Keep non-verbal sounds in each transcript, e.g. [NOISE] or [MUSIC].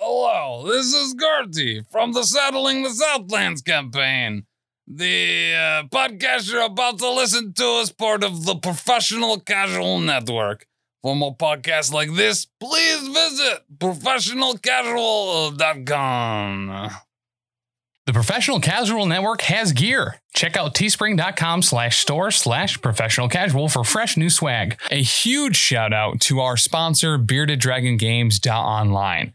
Hello, this is Gertie from the Settling the Southlands campaign. The uh, podcast you're about to listen to is part of the Professional Casual Network. For more podcasts like this, please visit professionalcasual.com. The Professional Casual Network has gear. Check out teespring.com slash store slash professional casual for fresh new swag. A huge shout out to our sponsor, Bearded Dragon Games Online.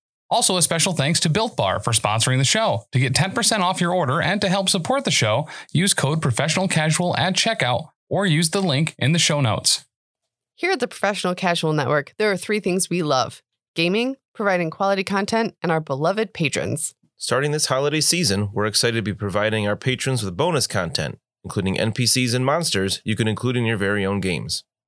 Also, a special thanks to Built Bar for sponsoring the show. To get 10% off your order and to help support the show, use code professional casual at checkout or use the link in the show notes. Here at the Professional Casual Network, there are three things we love gaming, providing quality content, and our beloved patrons. Starting this holiday season, we're excited to be providing our patrons with bonus content, including NPCs and monsters you can include in your very own games.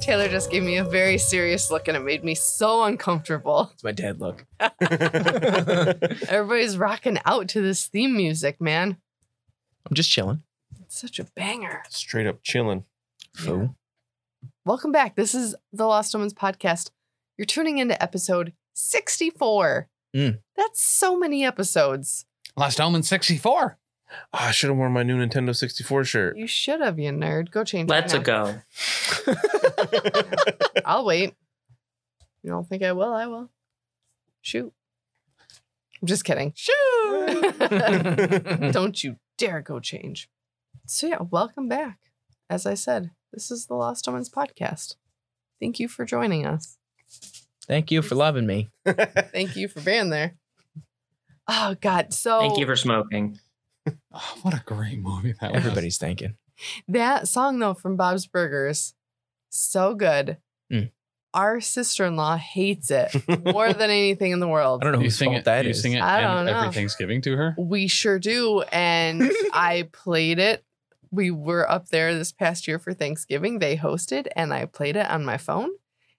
Taylor just gave me a very serious look and it made me so uncomfortable. It's my dad look. [LAUGHS] That's [LAUGHS] Everybody's rocking out to this theme music, man. I'm just chilling. It's such a banger. Straight up chilling. Fool. Welcome back. This is the Lost Omens podcast. You're tuning into episode 64. Mm. That's so many episodes. Last Omen 64. Ah, I should have worn my new Nintendo 64 shirt. You should have, you nerd. Go change. Let's right now. go. I'll wait. You don't think I will? I will. Shoot. I'm just kidding. [LAUGHS] Shoot. don't you dare go change. So, yeah, welcome back. As I said, this is the Lost Omens podcast. Thank you for joining us. Thank you for loving me. Thank you for being there. Oh, God. So, Thank you for smoking. Oh, what a great movie that was. Everybody's thanking. That song though from Bob's Burgers, so good. Mm. Our sister-in-law hates it [LAUGHS] more than anything in the world. I don't know You whose sing fault it, that you is. sing it I and don't know. every Thanksgiving to her? We sure do, [LAUGHS] and I played it. We were up there this past year for Thanksgiving. They hosted, and I played it on my phone,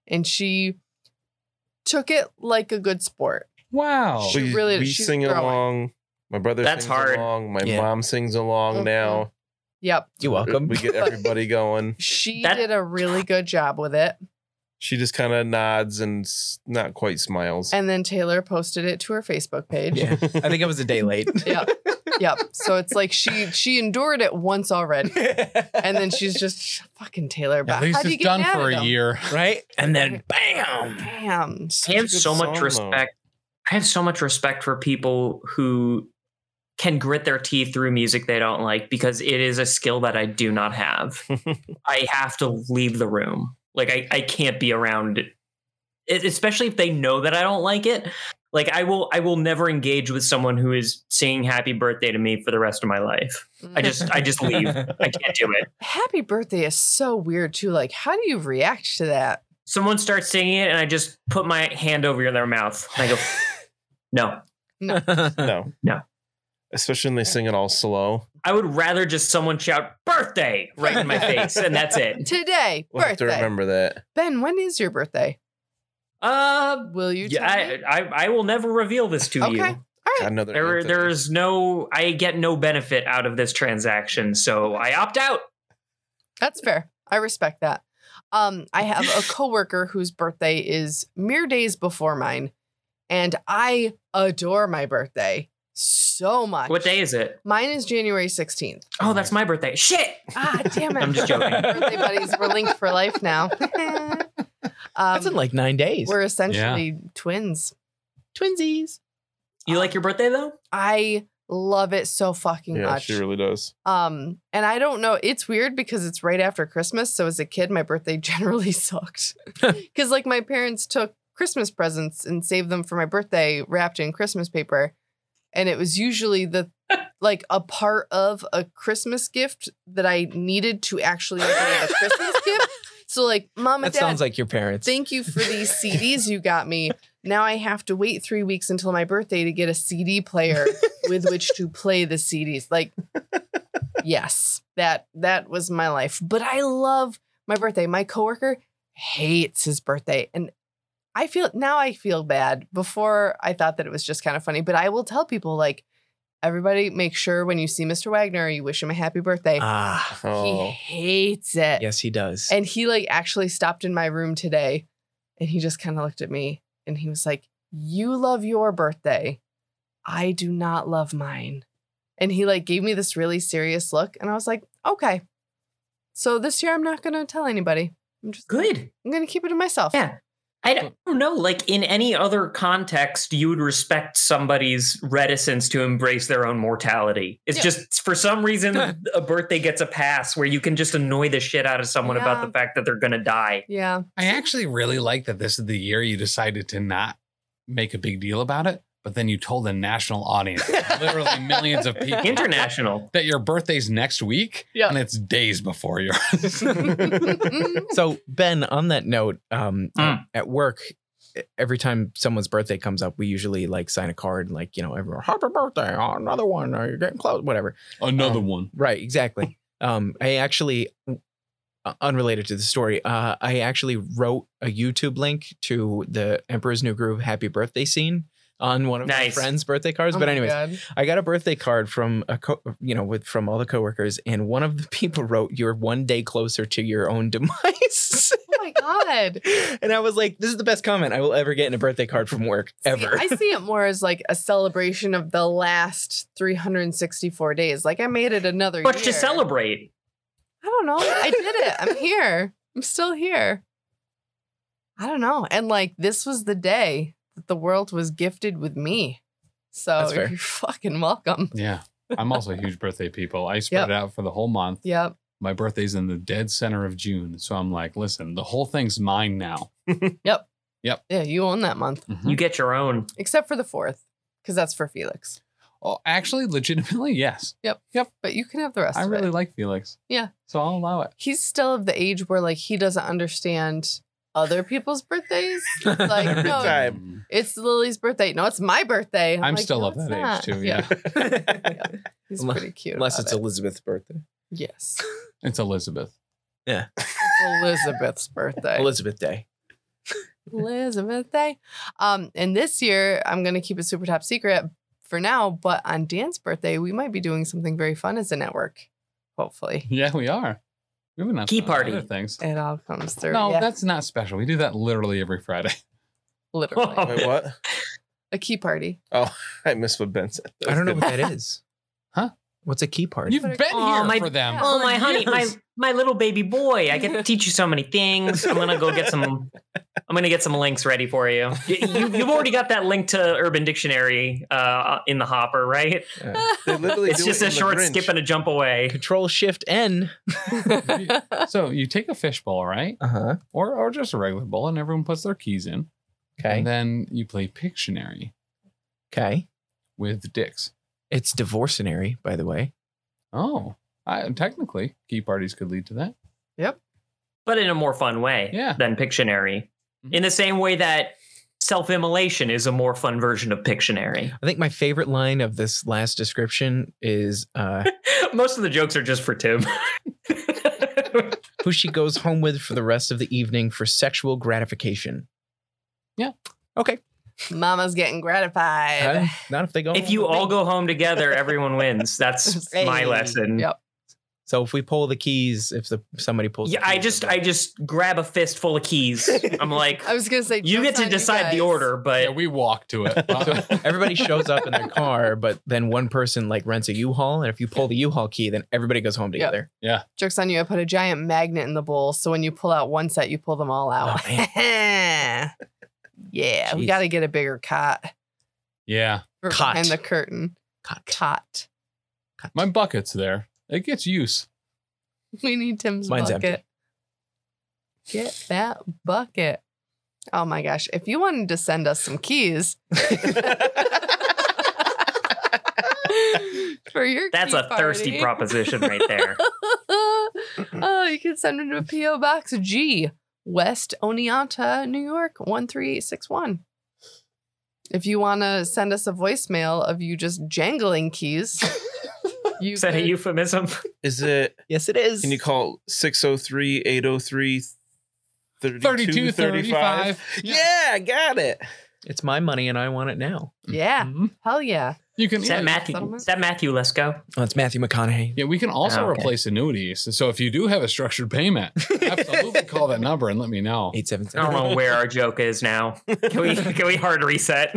and she took it like a good sport. Wow. She really- we she's sing growing. along. My brother That's sings hard. along. My Yeah. mom sings along Mhm. now. Yep, You're welcome. We get everybody [LAUGHS] going. she That- did a really good job with it. She just kind of nods and s- not quite smiles. [LAUGHS] And then Taylor posted it to her Facebook page. [LAUGHS] yeah. I think I was a day late. [LAUGHS] Yep, yep. So it's like she she endured it once already. and then she's just fucking Taylor. But At least how do you it's get done mad for at a him? year. [LAUGHS] right? And then bam. Damn. Such I a have good so song, much though. respect. I have so much respect for people who can grit their teeth through music they don't like because it is a skill that I do not have. I have to leave the room. Like I, I can't be around it, especially if they know that I don't like it. Like I will I will never engage with someone who is singing happy birthday to me for the rest of my life. I just I [LAUGHS] just leave. I can't do it. Happy birthday is so weird too. Like, how do you react to that? Someone starts singing it and I just put my hand over their mouth. And [LAUGHS] I go, No. [LAUGHS] No. No. Especially when they sing it all slow. I would rather just someone shout birthday right in my face and [LAUGHS] that's it. Today, We'll have to birthday. remember that. Ben, when is your birthday? Uh Will Um, you tell yeah, me? I, I I will never reveal this to Okay. you. Another There Anthony. there is no I get no benefit out of this transaction, so I opt out. That's fair. I respect that. Um, I have a coworker whose birthday is mere days before mine, and I adore my birthday so much. What day is it? Mine is January 16th. Oh, that's my birthday. Shit. Ah, damn it. I'm just [LAUGHS] joking. birthday buddies. We're linked for life now. um, That's in like nine days. we're essentially twins. Twinsies. You like your birthday though? I Love it so fucking Yeah, much. she really does. Um, and I don't know. It's weird because it's right after Christmas. So as a kid, my birthday [LAUGHS] generally [LAUGHS] sucked because like my parents took Christmas presents and saved them for my birthday wrapped in Christmas paper, and it was usually [LAUGHS] the like a part of a Christmas gift that I needed to actually open as a Christmas [LAUGHS] gift. So like, mom and That dad, sounds like your parents. thank you for these CDs you got me. Now I have to wait three weeks until my birthday to get a CD player with which to play the CDs. Like, yes, that that was my life. But I love my birthday. My coworker hates his birthday, and I feel now I feel bad. Before I thought that it was just kind of funny, but I will tell people like, everybody, make sure when you see Mr. Wagner, you wish him a happy birthday. ah, He [LAUGHS] Oh, hates it. yes, he does. And he like actually stopped in my room today and he just kind of looked at me and he was like, You love your birthday. I do not love mine. And he like gave me this really serious look and I was like, Okay. So this year I'm not going to tell anybody. I'm just Good. I'm going to keep it to myself. Yeah. I Mm. don't know. Like in any other context, you would respect somebody's reticence to embrace their own mortality. It's Yeah. just for some [LAUGHS] reason a birthday gets a pass where you can just annoy the shit out of someone Yeah. about the fact that they're gonna die. [LAUGHS] [LAUGHS] Yeah. I actually really like that this is the year you decided to not make a big deal about it, but then you told a national [LAUGHS] audience, literally millions of people, International. that your birthday's next week Yeah. and it's days before yours. Mm, so Ben, on that note, um, Hmm. Mm. at work, e- every time someone's birthday comes up, we usually like sign a card, and, like you know, everyone happy birthday, oh, another one, or you're getting close, whatever. [LAUGHS] Another Um, one. Right, exactly. um, I actually, uh, unrelated to the story, uh, I actually wrote a YouTube link to the Emperor's New Groove Happy Birthday scene on one of my Nice. friends' birthday cards. Oh but anyways, I got a birthday card from a co- you know with from all the coworkers, and one of the [LAUGHS] people wrote, "You're one day closer to your own [LAUGHS] demise." Oh my [LAUGHS] God. and I was like, "This is the best comment I will ever get in a birthday card from work ever." See, I see it more as like a celebration of the last 364 days. Like I made it another But year. to celebrate. I don't know. I did it. [LAUGHS] I'm here. I'm still here. I don't know. And like this was the day that the world was gifted with me. So That's fair. you're [LAUGHS] fucking welcome. Yeah. I'm also a huge birthday people. I spread Yep. it out for the whole month. Yep. My birthday's in the dead center of June. So I'm like, listen, the whole thing's mine now. Yeah, you own that month. Mhm. You get your own. Except for the fourth, because that's for Felix. Oh, actually, legitimately, yes. But you can have the rest I of really it. like Felix. Yeah. So I'll allow it. He's still of the age where like he doesn't understand other people's birthdays. It's [LAUGHS] like, Every no, time. [LAUGHS] it's Lily's birthday. No, it's my birthday. Oh, I'm like, still "No, of it's that age, not." too, He's Unless- pretty cute. Unless about it's it. Elizabeth's birthday, Yes. It's Elizabeth. Elizabeth's birthday. Elizabeth Day. Elizabeth Day. Um, and this year, I'm going to keep it super top secret for now. But on Dan's birthday, we might be doing something very fun as a network. Hopefully, Yeah, we are. We have enough Key time for party. other things. it all comes through. No, yeah, that's not special. We do that literally every Friday. [LAUGHS] literally Wait, what? a key party. Oh, I missed what Ben said. I don't know what [LAUGHS] that is. Huh? What's a key part? You've been Aw, here my- for them. Yeah. Oh for my honey, my years. my little baby boy. I [LAUGHS] get to teach you so many things. I'm gonna go get some. I'm gonna get some links ready for you. you you- you've already got that link to Urban Dictionary uh, in the hopper, right? They literally It's do just it a in the short Grinch. skip and a jump away. Uh, Control Shift N. So you take a fishbowl, right? Uh Uh-huh. huh. Or or just a regular bowl, and everyone puts their keys in. Okay. And then you play Pictionary Okay. with dicks. It's divorcenary, by the way. Oh, I, technically, key parties could lead to that. but in a more fun way Yeah. than Pictionary. Mm-hmm. Mhm. In the same way that self-immolation is a more fun version of Pictionary. [LAUGHS] I think my favorite line of this last description is uh, [LAUGHS] Most of the jokes are just for Tim. [LAUGHS] who she goes home with for the rest of the evening for sexual gratification. [LAUGHS] Mama's getting gratified. Uh, not if they go. if home you with me. all go home together, everyone wins. That's [LAUGHS] my Hey. lesson. Yep. So if we pull the keys, if the somebody pulls, Yeah, the I keys, just then- [LAUGHS] I just grab a fistful [LAUGHS] of keys. I'm like, I was going to say you get jokes to on decide the guys. order, but yeah, we walk to it. everybody shows up in [LAUGHS] their car, but then one person like rents a U-Haul, and if you pull the U-Haul key, then everybody goes home together. Jokes on you! I put a giant magnet in the bowl, so when you pull out one set, you pull them all out. Oh, [LAUGHS] yeah, we Jeez. got to get a bigger cot yeah. for Cot. behind the curtain. Cut. tot. My bucket's there. It gets use. [LAUGHS] We need Tim's Mine's bucket. empty. Get that bucket. Oh my gosh. If you wanted to send us some [LAUGHS] keys for your That's key a thirsty party. proposition right there. [LAUGHS] oh, you can send it to P.O. Box G, West Oneonta, New York, 13861. If you want to send us a voicemail of you just jangling [LAUGHS] keys, you Is that a could- [LAUGHS] euphemism? Is it? Yes, it is. Can you call 603 803 32, 3235? Yeah, I got it. it's my money and I want it now. Yeah. Mm-hmm. Mhm. Hell yeah. You can Is that yeah, Matthew? settlement? Is that Matthew Lesko? Oh, it's Matthew McConaughey. yeah, we can also Ah, Oh, okay. replace annuities. So if you do have a structured [LAUGHS] payment, absolutely call that number and let me know. Eight seven I don't seven. know where our joke is now. Can [LAUGHS] we can we hard reset?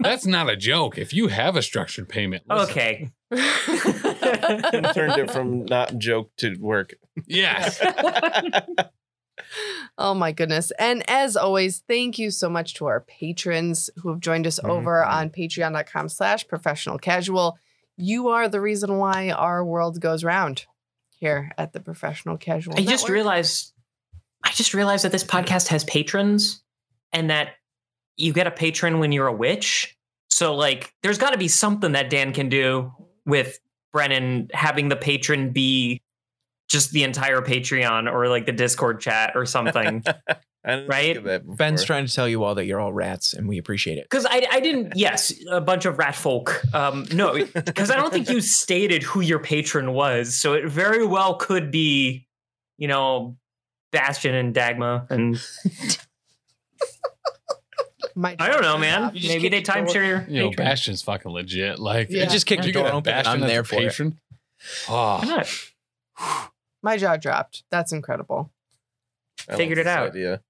That's not a joke. If you have a structured payment, listen. Okay. [LAUGHS] Turned it from not joke to work. [LAUGHS] Yes. Oh my goodness. And as always, thank you so much to our patrons who have joined Mm-hmm. us over Mhm. on patreon.com slash professional casual. You are the reason why our world goes round here at the professional casual. I just Network. realized I just realized that this podcast has patrons and that you get a patron when you're a witch. So like there's gotta be something that Dan can do with Brennan having the patron be just the entire Patreon or like the Discord chat or [LAUGHS] something. I didn't Right? think of that Ben's before. trying to tell you all that you're all rats and we appreciate it. Because I, I didn't, yes, a bunch of rat folk. Um, [LAUGHS] no, because I don't think you stated who your patron was. So it very well could be, you know, Bastion and Dagma. And My- I don't know, man. You just Maybe keep they going. timeshare. You know, patron. Bastion's fucking legit. Like, Yeah. You just kicked you your get door a open. and Bastion I'm as there a for it. patron. Why Oh, not? My jaw dropped. That's incredible. I love Figured it this out. Idea.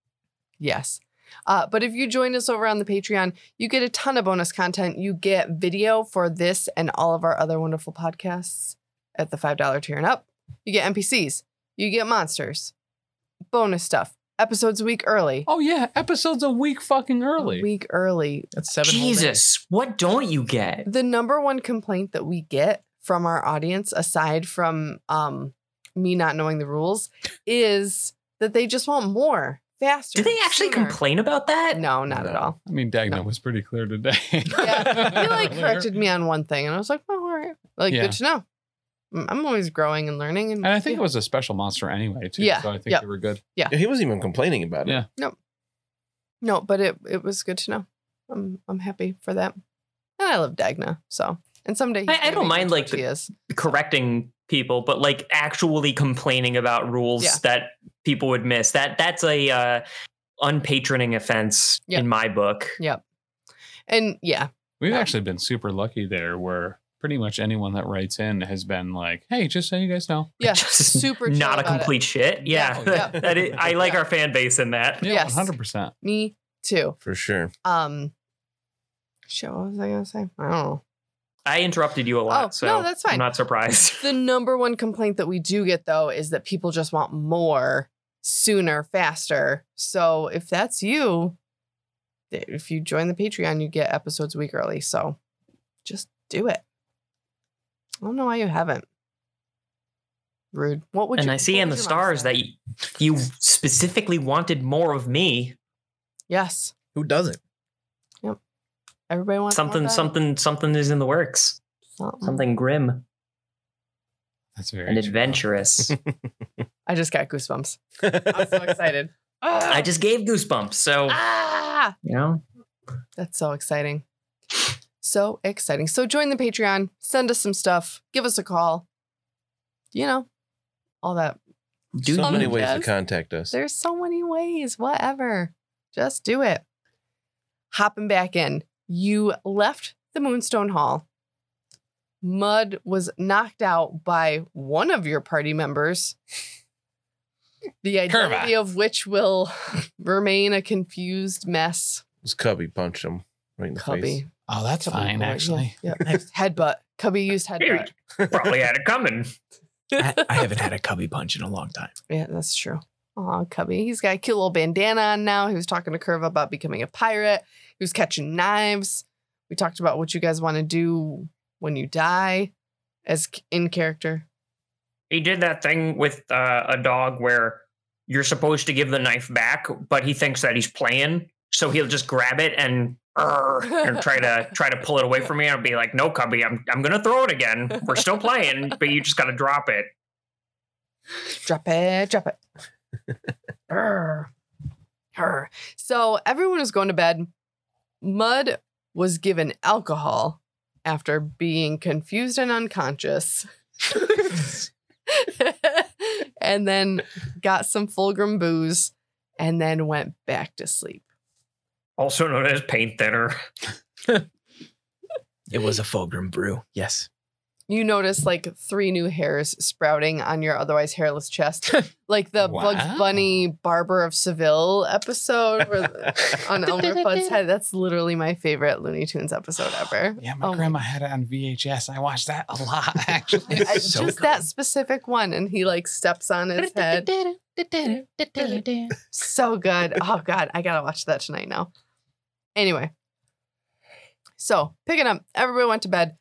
Yes. Uh, but if you join us over on the Patreon, you get a ton of bonus content. You get video for this and all of our other wonderful podcasts at the $5 tier and up. You get NPCs, you get monsters, bonus stuff, episodes a week early. oh yeah, episodes a week fucking A early. week early. That's seven. whole days. Jesus, what don't you get? The number one complaint that we get from our audience, aside from um, me not knowing the rules, is that they just want more faster. Do they actually sooner. complain about that? No, not at No. all. I mean, Dagna No. was pretty clear today. Yeah. [LAUGHS] he like corrected me on one thing, and I was like, "Oh, all right, like Yeah. good to know." Mm, I'm always growing and learning, and, And I think it was a special monster anyway, too. Yeah, So I think yeah. they were good. Yeah, he wasn't even complaining about it. Yeah. no, but it it was good to know. I'm I'm happy for that, and I love Dagna so. And someday he's I- I gonna don't be mind, what like, the- he is. Correcting people, but like actually complaining about rules Yeah. that people would miss. That that's a uh, unpatroning offense Yeah. in my book. And [LAUGHS] yeah, We've Yeah. actually been super lucky there where pretty much anyone that writes in has been like, hey, just so you guys know. yeah, Just super chill not about a it. Oh, complete shit. Yeah, Yeah. That- [LAUGHS] that is- I like our fan base in that. Yeah, Yes. 100%. Me too. For sure. Um, shit, what was I gonna say? I don't know. I interrupted you a Oh, lot, no, so that's fine. I'm not surprised. The number one complaint that we do get though is that people just want more sooner, faster. So if that's you, if you join the Patreon, you get episodes a week early. So just do it. I don't know why you haven't. Rude. What would and you? I see what in the would your mom stars say? that you, you specifically wanted more of me. yes, [LAUGHS] Who doesn't? everybody wants more Something, of that. something, something is in the works. Something grim That's very and true. [LAUGHS] adventurous. I just got goosebumps. [LAUGHS] [LAUGHS] [LAUGHS] I'm so excited. I just gave goosebumps, so Ah. you know. That's so exciting. So exciting. So join the Patreon, send us some stuff, give us a call. You know, all that. Do so you- many ways to Yes. contact us. There's so many ways, whatever. Just do it. Hopping back in, you left the Moonstone Hall. Mud was knocked out by one of your party members. The identity of which will [LAUGHS] remain a confused mess. This cubby punched him right in the Cubby. Oh, that's fine, Boy, yeah, actually. [LAUGHS] Yeah, headbutt. Cubby used headbutt. [LAUGHS] Probably had it coming. [LAUGHS] I, I haven't had a cubby punch in a long time. Yeah, that's true. Aw, Cubby. He's got a cute little bandana on now. He was talking to Curve about becoming a pirate. He was catching knives. We talked about what you guys want to do when you die as c- in character. He did that thing with uh, a dog where you're supposed to give the knife back, but he thinks that he's playing, so he'll just grab it and "Arr," and try to try to pull it away from me. I'll be like, "No, cubby, I'm I'm gonna throw it again. We're still playing, but you just gotta drop it." Drop it, drop it. [LAUGHS] Her. Her. So everyone was going to bed. Mud was given alcohol after being confused and unconscious. [LAUGHS] and then got some Fulgrim booze and then went back to sleep. Also known as paint thinner. It was a Fulgrim brew. Yes. You notice like three new hairs sprouting on your otherwise [LAUGHS] hairless chest, like the Wow. Bugs Bunny Barber of Seville episode where [LAUGHS] the- on Elmer Fudd's head. That's literally my favorite Looney Tunes episode ever. [GASPS] Yeah, Oh my my- grandma had it on VHS. I watched that a lot, [LAUGHS] actually. I- So Uh, just that specific one, and he like steps on his head. So good. Oh god, I gotta watch that tonight now. Anyway, so picking up, everybody went to bed.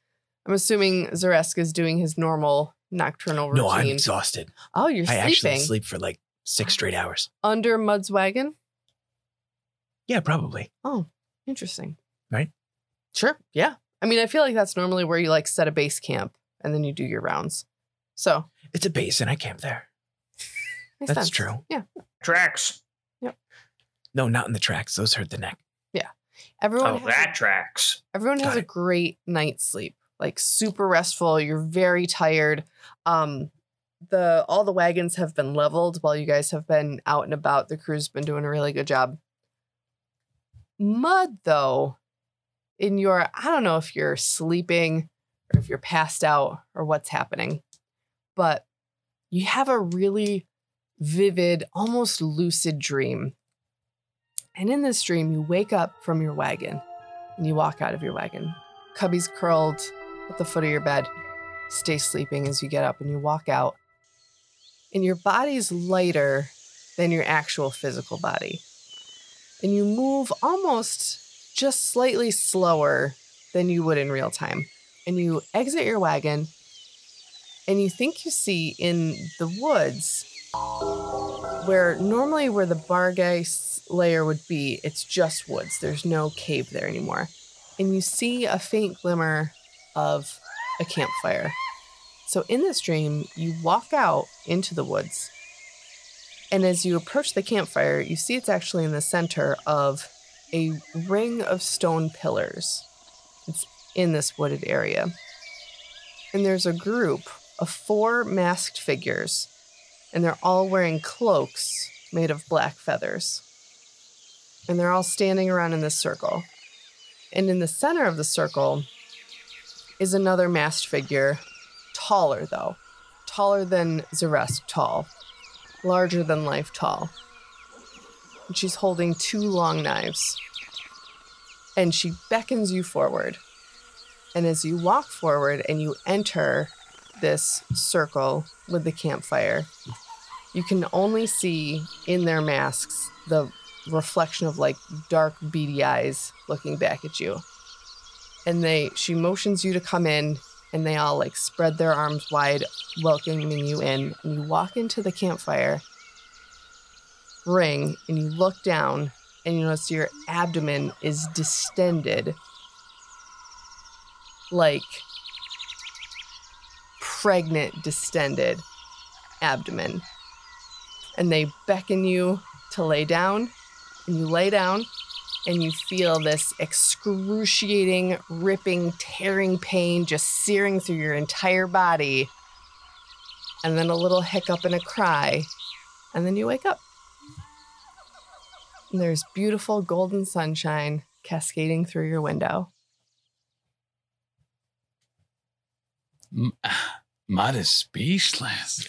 I'm assuming Zaresk is doing his normal nocturnal routine. No, I'm exhausted. oh, you're I actually sleeping sleep for like six straight hours. under Mud's wagon. Yeah, probably. Interesting. Right? Sure. Yeah. I mean, I feel like that's normally where you like set a base camp and then you do your rounds. So It's a base, and I camp there. makes That's sense. true. Tracks. No, not in the tracks. Those hurt the neck. Everyone Oh, has a that tracks. everyone has Got a it. great night's sleep like super restful you're very tired um the all the wagons have been leveled while you guys have been out and about the crew's been doing a really good job mud though in your i don't know if you're sleeping or if you're passed out or what's happening but you have a really vivid almost lucid dream and in this dream you wake up from your wagon and you walk out of your wagon. Cubby's curled at the foot of your bed. Stay sleeping as you get up and you walk out. And your body's lighter than your actual physical body. And you move almost just slightly slower than you would in real time. And you exit your wagon and you think you see in the woods where normally where the Bargeis layer would be, it's just woods. There's no cave there anymore. And you see a faint glimmer of a campfire. So in this dream, you walk out into the woods. And as you approach the campfire, you see it's actually in the center of a ring of stone pillars. It's in this wooded area. And there's a group of four masked figures and they're all wearing cloaks made of black feathers. And they're all standing around in this circle. And in the center of the circle is another masked figure, taller though, taller than Zaresk tall, larger than life tall. And she's holding two long knives. And she beckons you forward. And as you walk forward and you enter this circle with the campfire, you can only see in their masks the reflection of like dark beady eyes looking back at you and they she motions you to come in and they all like spread their arms wide welcoming you in and you walk into the campfire ring and you look down and you notice your abdomen is distended like pregnant distended abdomen and they beckon you to lay down and you lay down and you feel this excruciating ripping tearing pain just searing through your entire body and then a little hiccup and a cry and then you wake up and there's beautiful golden sunshine cascading through your window [LAUGHS] M- ah, Mud is speechless.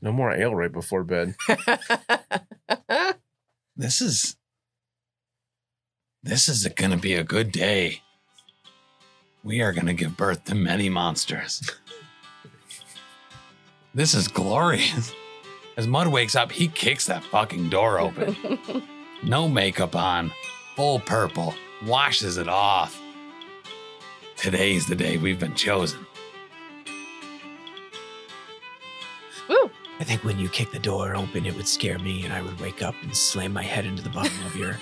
No more ale right before bed. This is. This is going to be a good day. We are going to give birth to many monsters. this is glorious. As Mud wakes up, he kicks that fucking door [LAUGHS] open. no makeup on, full purple, washes it off. Today's the day we've been chosen. Woo! I think when you kick the door open, it would scare me, and I would wake up and slam my head into the bottom of [LAUGHS] your.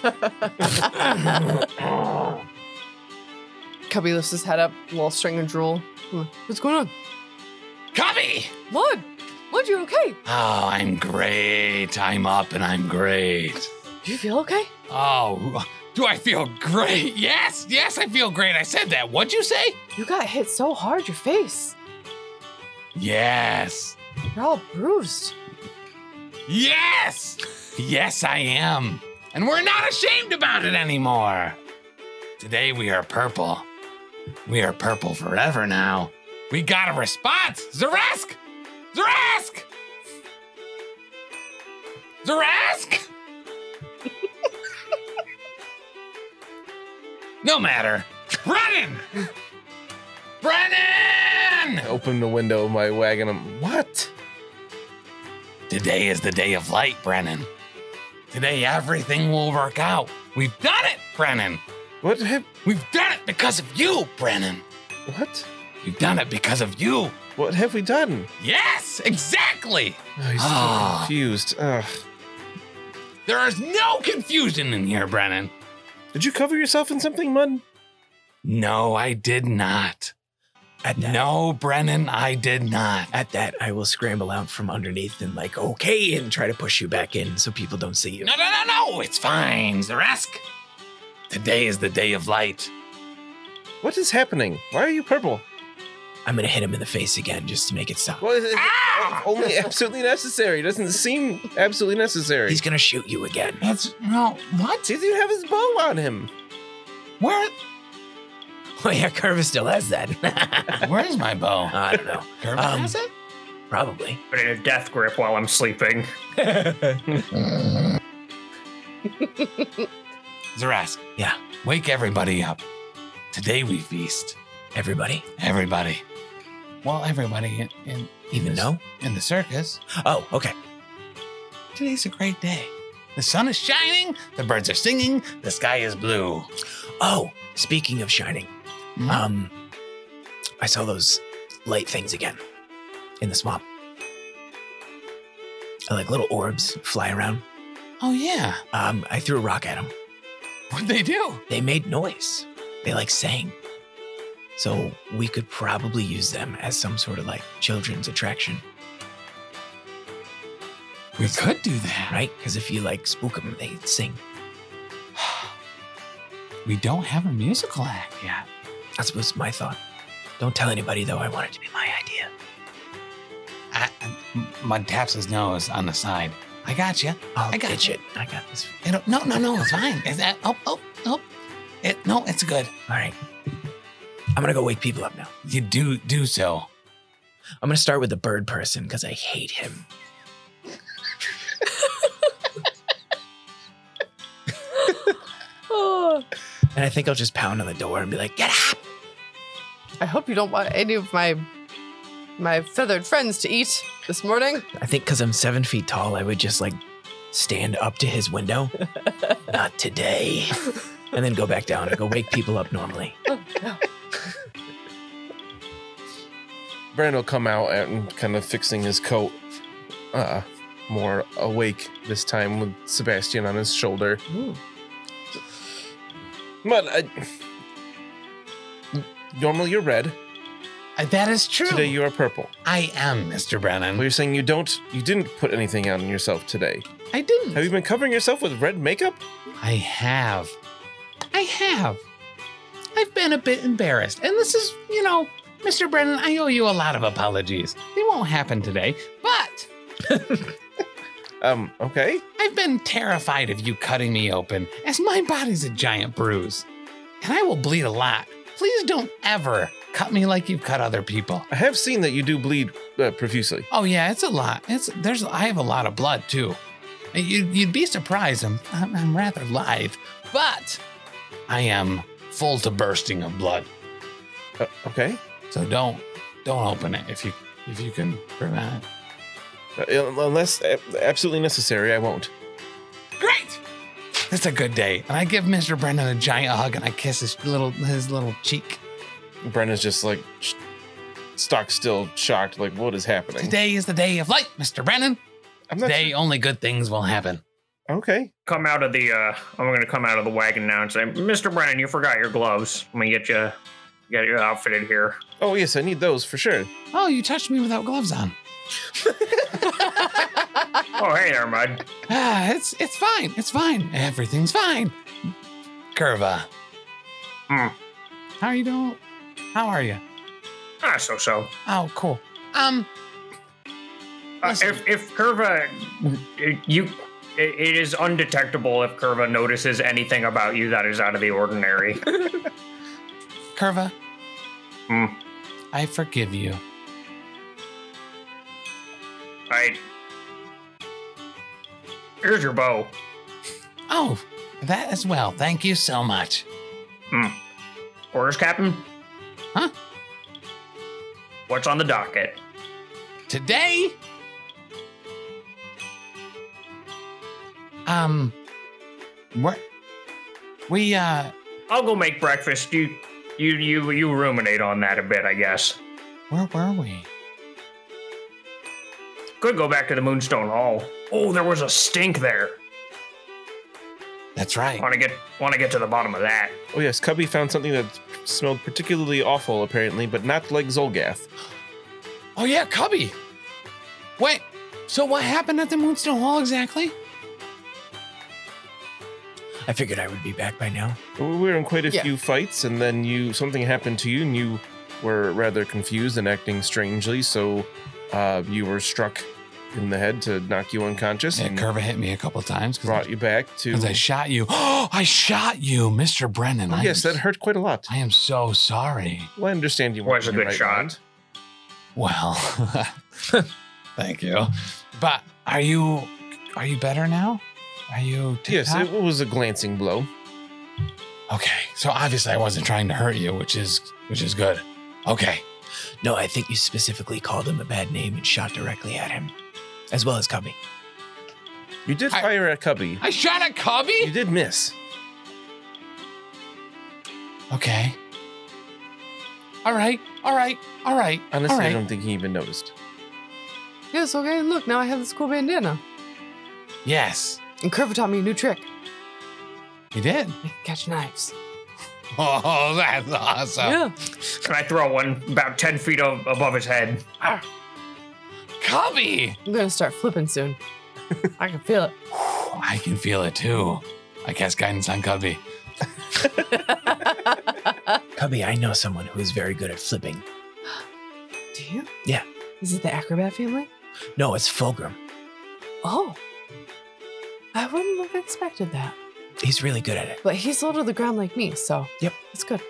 Cubby lifts his head up, a little string of drool. Hmm, What's going on? Copy! Lord! Lord, you okay? Oh, I'm great. I'm up and I'm great. Do you feel okay? Oh, do I feel great? Yes, yes, I feel great. I said that. What'd you say? You got hit so hard, your face. Yes, You're all [SIGHS] bruised. yes, yes, I am. And we're not ashamed about it anymore. Today we are purple. We are purple forever now. We got a response. Zarask! Zarask! Zarask! no matter. Brennan! Brennan! Open the window of my wagon. I'm, what? Today is the day of light, Brennan. Today everything will work out. We've done it, Brennan. What? hap- We've done it because of you, Brennan. What? We've done it because of you. What have we done? Yes, exactly. Oh, he's so Ah. confused. Ugh. There is no confusion in here, Brennan. Did you cover yourself in something, Mud? No, I did not. At that, No, Brennan, I did not. at that, I will scramble out from underneath and like, okay, and try to push you back in so people don't see you. No, no, no, no. It's fine, Zarask. Today is the day of light. What is happening? Why are you purple? I'm gonna hit him in the face again just to make it stop. Well, it's Ah! only absolutely necessary. doesn't seem absolutely necessary. He's gonna shoot you again. [LAUGHS] That's no. What? He doesn't even have his bow on him. Where? Oh yeah, Curvis still has that. [LAUGHS] Where's my bow? I don't know. Kermit Um, has it? [LAUGHS] Probably. Put in a death grip while I'm sleeping. Zarask. Yeah. Wake everybody up. Today we feast. Everybody, Everybody. Well, everybody in, in even though. in the circus. Oh, okay. Today's a great day. The sun is shining, the birds are singing, the sky is blue. Oh, speaking of shining, Mhm. um, I saw those light things again in the swamp. They're Like little orbs fly around. Oh yeah. Um, I threw a rock at them. What'd they do? They made noise. They like sang. So we could probably use them as some sort of like children's attraction, We could do that. right? Because if you like spook them, they sing. We don't have a musical act yet. That was my thought. Don't tell anybody though. I want it to be my idea. I, I, Mud taps his nose on the side. I got you. I'll I got pitch you. it. I got this. It'll, no, no, no. It's fine. Is that? Oh, oh, oh. It, no, it's good. All right. I'm gonna go wake people up now. You do do so. I'm gonna start with the bird person because I hate him. Oh. And I think I'll just pound on the door and be like, get up! I hope you don't want any of my my feathered friends to eat this morning. I think because I'm seven feet tall, I would just like stand up to his window. Not today. And then go back down and go wake people up normally. Bran will come out and kind of fixing his coat. Uh, more awake this time with Sebastian on his shoulder. Mud, I, normally you're red. Uh, That is true. Today you are purple. I am Mr. Well, Brennan. you're saying you don't, you didn't put anything on yourself today. I didn't. Have you been covering yourself with red makeup? I have. I have. I've been a bit embarrassed. And this is, you know, Mr. Brennan, I owe you a lot of apologies. They won't happen today, but Um, okay. I've been terrified of you cutting me open, as my body's a giant bruise. And I will bleed a lot. Please don't ever cut me like you've cut other people. I have seen that you do bleed uh, profusely. Oh yeah, it's a lot. It's there's I have a lot of blood too. You, you'd be surprised. I'm, I'm I'm rather live, but I am full to bursting of blood. Uh, okay. So don't don't open it if you if you can prevent it. Uh, unless uh, absolutely necessary, I won't. Great. It's a good day, and I give Mr. Brendan a giant hug and I kiss his little his little cheek. Brenda's just like sh- stock still, shocked. Like, what is happening? Today is the day of light, Mr. Brennan. I'm not Today, only good things will happen. sure- Okay. Come out of the. uh I'm gonna come out of the wagon now and say, Mr. Brennan, you forgot your gloves. I'm gonna get you, get you outfitted here. Oh yes, I need those for sure. Oh, you touched me without gloves on. Oh, hey there, bud. Ah, it's it's fine. It's fine. Everything's fine. Curva. Hmm. How are you doing? How are you? Ah, so so. Oh, cool. Um, Uh, Listen. if if Curva, it- you, it, it is undetectable if Curva notices anything about you that is out of the ordinary. [LAUGHS] Curva. Hmm. I forgive you. I. Here's your bow. Oh, that as well. Thank you so much. Orders, Captain. Huh? What's on the docket? Today, um, what we uh I'll go make breakfast. You, you, you, you ruminate on that a bit, I guess. Where were we? Could go back to the Moonstone Hall. Oh, there was a stink there. That's right. Want to get, want to get to the bottom of that. Oh yes, Cubby found something that smelled particularly awful, apparently, but not like Zolgath. Oh yeah, Cubby. Wait. So what happened at the Moonstone Hall exactly? I figured I would be back by now. We were in quite a Yeah. few fights, and then you something happened to you, and you were rather confused and acting strangely. So uh, you were struck in the head to knock you unconscious, Yeah, and Curva hit me a couple times brought you back to. because I shot you. [GASPS] Oh, I shot you, Mr. Brennan. I Oh, yes, am, that hurt quite a lot. I am so sorry. Well, I understand you. Was weren't in a your good shot. mind. Well, [LAUGHS] thank you. But are you are you better now? Are you Yes, tip-top? it was a glancing blow. okay. So obviously I wasn't trying to hurt you, which is which is good. Okay. No, I think you specifically called him a bad name and shot directly at him, as well as Cubby. You did I- fire at Cubby. I shot a You cubby. did miss. Okay. All right. All right. All right. Honestly, all right. I don't think he even noticed. Yes, okay, look, now I have this cool bandana. Yes, And Curva taught me a new trick. he did. [LAUGHS] I can catch knives. Oh, that's awesome. yeah. And I throw one about ten feet o- above his head. Cubby. I'm gonna start flipping soon. I can feel it. Whew, I can feel it too. I cast guidance on Cubby. [LAUGHS] Cubby, I know someone who is very good at flipping. Do you? Yeah. Is it the acrobat family? No, it's Fulgrim. Oh. I wouldn't have expected that. He's really good at it. But he's low to the ground like me, so. Yep. It's good.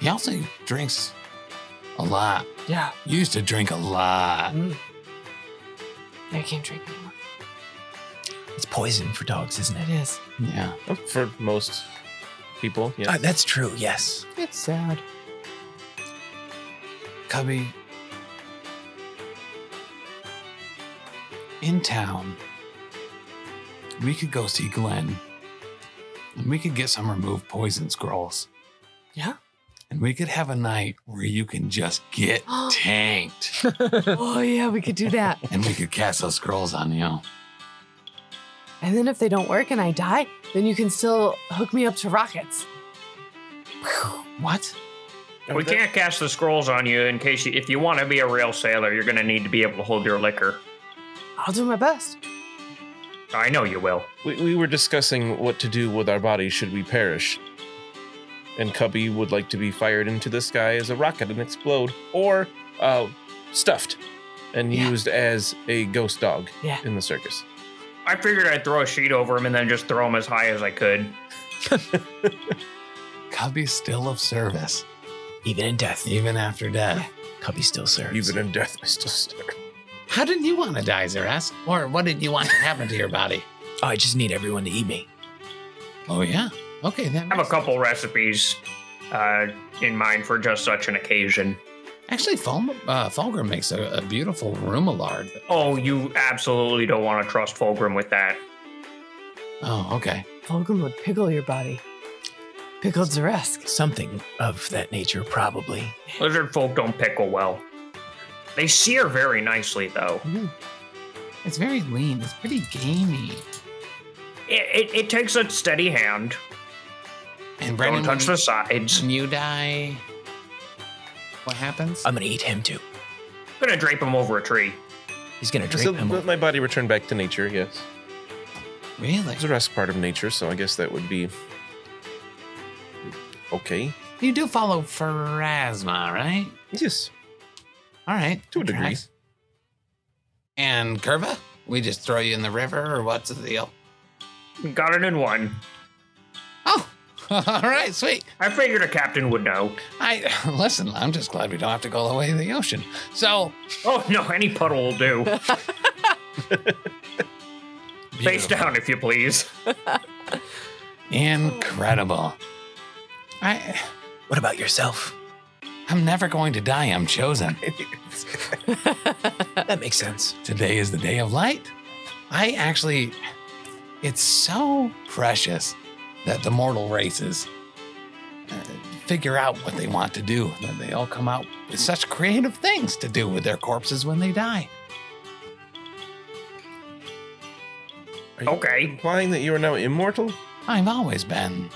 He also drinks a lot. Yeah. He used to drink a lot. Mm. I can't drink anymore. It's poison for dogs, isn't It it? is. Yeah. Oh, For most people, yes. Uh, that's true, yes. It's [GASPS] sad. [GASPS] Cubby. In town, we could go see Glenn. And we could get some removed poison scrolls. Yeah? And we could have a night where you can just get tanked. oh, yeah, we could do that. and we could cast those scrolls on you. And then if they don't work and I die, then you can still hook me up to rockets. What? Oh, we that- can't cast the scrolls on you in case you, if you want to be a real sailor, you're going to need to be able to hold your liquor. I'll do my best. I know you will. We, we were discussing what to do with our bodies should we perish. And Cubby would like to be fired into the sky as a rocket and explode, or uh, stuffed and Yeah. used as a ghost dog Yeah. in the circus. I figured I'd throw a sheet over him and then just throw him as high as I could. Cubby's still of service, Even in death, even after death. Cubby still serves. Even in death, I still stir. How did you want to die, Zeras? Or what did you want to happen to your body? oh, I just need everyone to eat me. Oh, yeah. Okay, that I have a makes- couple recipes uh, in mind for just such an occasion. Actually, Fulgrim, uh, Fulgrim makes a, a beautiful rumillard. Oh, you absolutely don't want to trust Fulgrim with that. Oh, okay. Fulgrim would pickle your body. Pickled Zeresk. Something of that nature, probably. Lizard folk don't pickle well. They sear very nicely, though. Mm-hmm. It's very lean. It's pretty gamey. It, it, it takes a steady hand. And Don't Brendan, touch the sides. when you die, what Uh, happens? I'm gonna eat him too. gonna drape him over a tree. He's gonna drape So him. let my body return back to nature, yes. really? It's a rest part of nature, so I guess that would be okay. You do follow Pharasma, right? Yes, All right. to a degree. Tracks. And Curva? We just throw you in the river, or what's the deal? Got it in one. Oh, [LAUGHS] all right, sweet. I figured a captain would know. I [LAUGHS] listen. I'm just glad we don't have to go all the way to the ocean. So Oh no, any puddle will do. Face beautiful. down, if you please. incredible. I What about yourself? I'm never going to die. I'm chosen. That makes sense. Today is the day of light. I actually, it's so precious that the mortal races uh, figure out what they want to do. That they all come out with such creative things to do with their corpses when they die. Are you Okay. Implying that you are now immortal? I've always been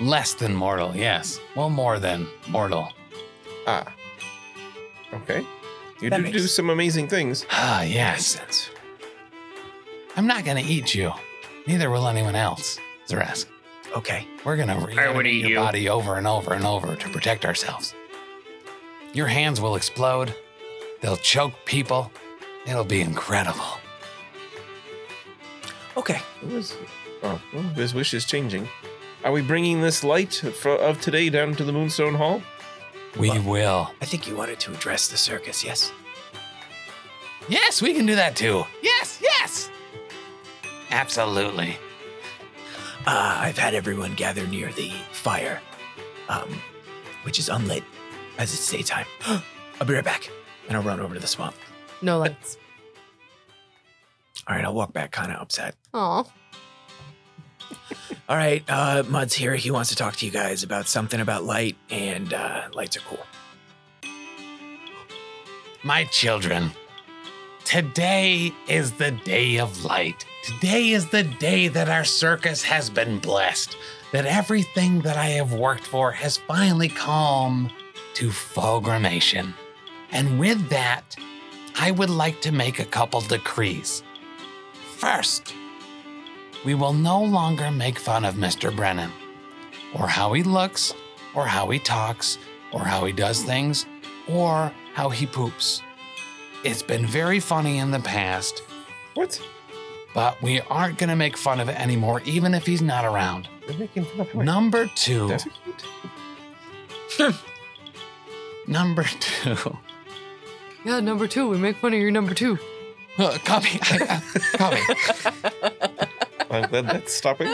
less than mortal, yes. Well, more than mortal. Ah. Okay. You That do makes do sense. some amazing things. Ah, yes. sense. I'm not going to eat you. Neither will anyone else, Zeresk. Okay. We're going to reanimate eat your you. body over and over and over to protect ourselves. Your hands will explode. They'll choke people. It'll be incredible. Okay. What is- oh, well, his wish is changing. Are we bringing this light fro of today down to the Moonstone Hall? We will. I think you wanted to address the circus, yes? Yes, we can do that too. Yes, yes. Absolutely. Uh, I've had everyone gather near the fire, um, which is unlit as it's daytime. [GASPS] I'll be right back, and I'll run over to the swamp. No lights. [LAUGHS] All right, I'll walk back, kind of upset. Aw. All right, uh, Mud's here. He wants to talk to you guys about something about light, and uh, lights are cool. My children, today is the day of light. Today is the day that our circus has been blessed, that everything that I have worked for has finally come to fulgrimation. And with that, I would like to make a couple decrees. First, we will no longer make fun of Mr. Brennan, or how he looks, or how he talks, or how he does things, or how he poops. It's been very funny in the past, What? but we aren't going to make fun of it anymore, even if he's not around. They're making fun of him. Number two, That's cute. number two. [LAUGHS] Yeah, number two. We make fun of your number two. Uh, copy, [LAUGHS] I, I, copy. I'm glad that's [LAUGHS] stopping.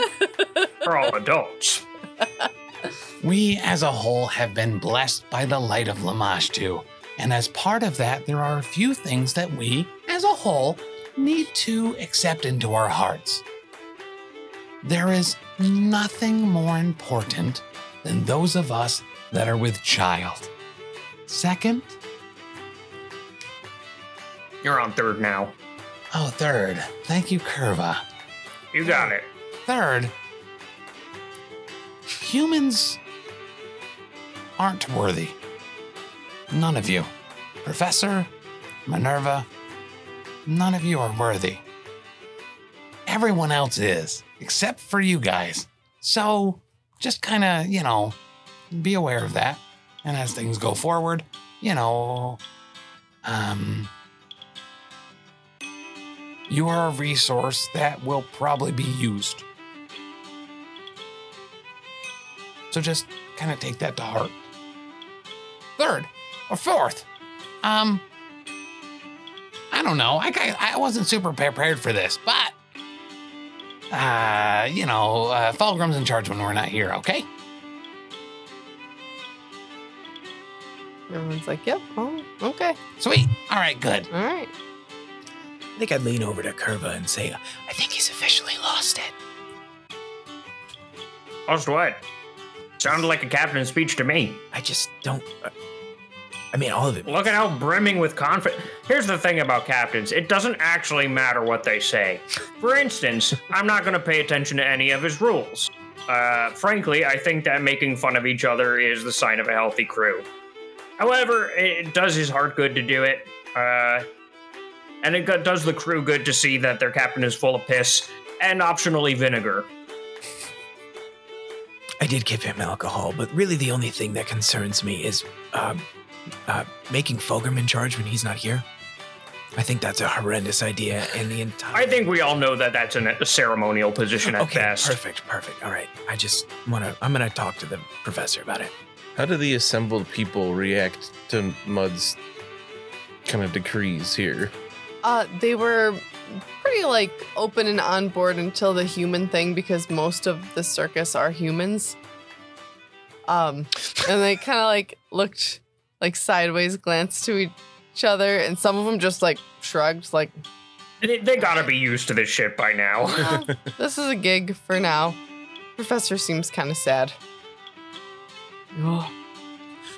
They're all adults. uh, We as a whole have been blessed by the light of Lamashtu, and as part of that, there are a few things that we, as a whole, need to accept into our hearts. There is nothing more important than those of us that are with child. Second, You're on third now. oh, third, thank you, Curva. You got it. Third, humans aren't worthy. None of you. Professor, Minerva, none of you are worthy. Everyone else is, except for you guys. So just kind of, you know, be aware of that. And as things go forward, you know, um, you are a resource that will probably be used. So just kind of take that to heart. Third or fourth, um, I don't know. I ki- I wasn't super prepared for this, but uh, you know, uh, Fulgrim's in charge when we're not here. Okay, Everyone's like, yep. Oh, okay. sweet. All right, good. All right. I think I'd lean over to Curva and say, I think he's officially lost it. That's what. Sounded like a captain's speech to me. I just don't. uh, I mean, all of it. Look at how brimming with confidence. Here's the thing about captains it doesn't actually matter what they say. For instance, I'm not going to pay attention to any of his rules. Uh, frankly, I think that making fun of each other is the sign of a healthy crew. However, it does his heart good to do it. Uh, and it go- does the crew good to see that their captain is full of piss and optionally vinegar. I did give him alcohol, but really the only thing that concerns me is um, uh, making Fulgrim in charge when he's not here. I think that's a horrendous idea, and the entire. I think we all know that that's an, a ceremonial position at okay, best. perfect, perfect. All right, I just want to. I'm gonna talk to the professor about it. How do the assembled people react to Mud's kind of decrees here? Uh, they were pretty like open and on board until the human thing because most of the circus are humans. Um, and they kind of like looked like sideways, glanced to each other, and some of them just like shrugged, like They, they gotta be used to this shit by now. [LAUGHS] "Well, "This is a gig for now." Professor seems kind of sad. [LAUGHS]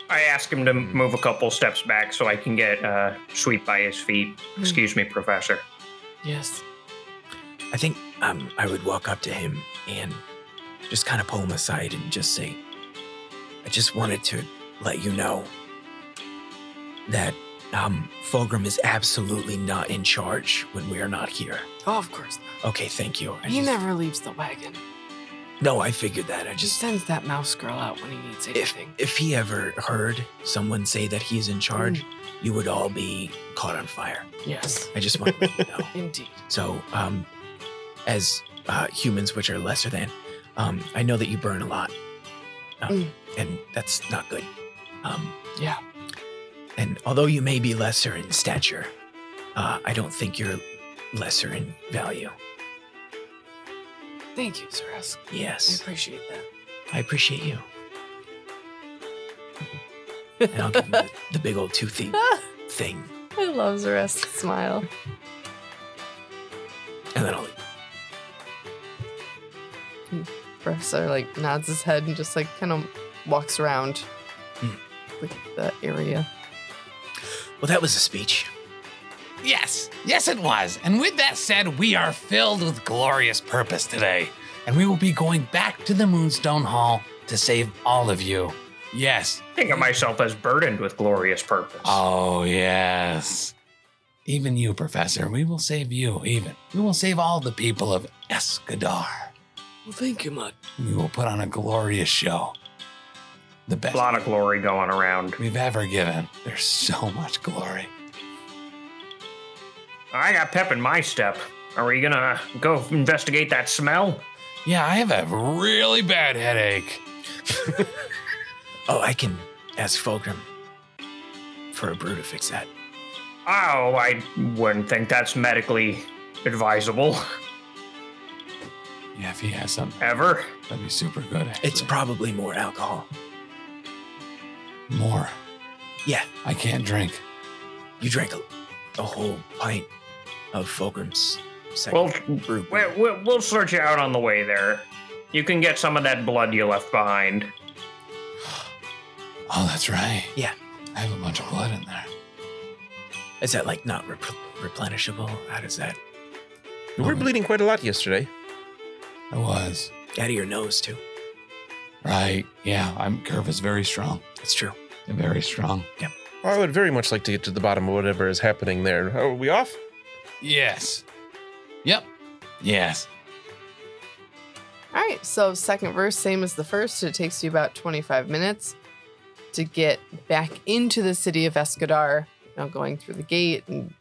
I ask him to move a couple steps back so I can get uh, sweep by his feet. Excuse me, Professor. Yes. I think um, I would walk up to him and just kind of pull him aside and just say, I just wanted to let you know that um, Fulgrim is absolutely not in charge when we are not here. Oh, of course. Not. Okay, thank you. I He just- never leaves the wagon. No, I figured that. I He just. sends that mouse girl out when he needs If, anything. if he ever heard someone say that he's in charge, Mm. you would all be caught on fire. Yes, I just want to let you [LAUGHS] know. indeed. So, um, as uh, humans, which are lesser than, um, I know that you burn a lot, um, Mm. and that's not good. Um, Yeah. And although you may be lesser in stature, uh, I don't think you're lesser in value. Thank you, Sarask. I Yes, appreciate that. I appreciate you. And I'll give him the, the big old toothy thing, I love Zarest's smile. and then I'll leave. Professor like nods his head and just like kind of walks around Hmm. like the area. Well, that was a speech. Yes, yes, it was. And with that said, we are filled with glorious purpose today, and we will be going back to the Moonstone Hall to save all of you. Yes, Think of myself as burdened with glorious purpose. oh, yes. Even you, Professor, we will save you, even. We will save all the people of Escadar. Well, thank you, Mud. We will put on a glorious show. The best a lot of glory going around. we've ever given. There's so much glory. I got pep in my step. Are we gonna go investigate that smell? Yeah, I have a really bad headache. Oh, I can ask Fulgrim for a brew to fix that. Oh, I wouldn't think that's medically advisable Yeah, if he has something, ever. that'd be super good. Actually. It's probably more alcohol. more. Yeah. I can't drink. You drank a, a whole pint of Fulgrim's Well, second brew. we- we- we'll search you out on the way there. You can get some of that blood you left behind. Oh, that's right. Yeah. I have a bunch of blood in there. Is that like not rep- replenishable? How does that? You [LAUGHS] were bleeding quite a lot yesterday. It was. Out of your nose too. Right. Yeah, I'm curve is very strong. That's true. Very strong. I would very much like to get to the bottom of whatever is happening there. Are we off? Yes. Yep. Yes. All right, so second verse, same as the first. It takes you about 25 minutes to get back into the city of Escadar. You know, going through the gate and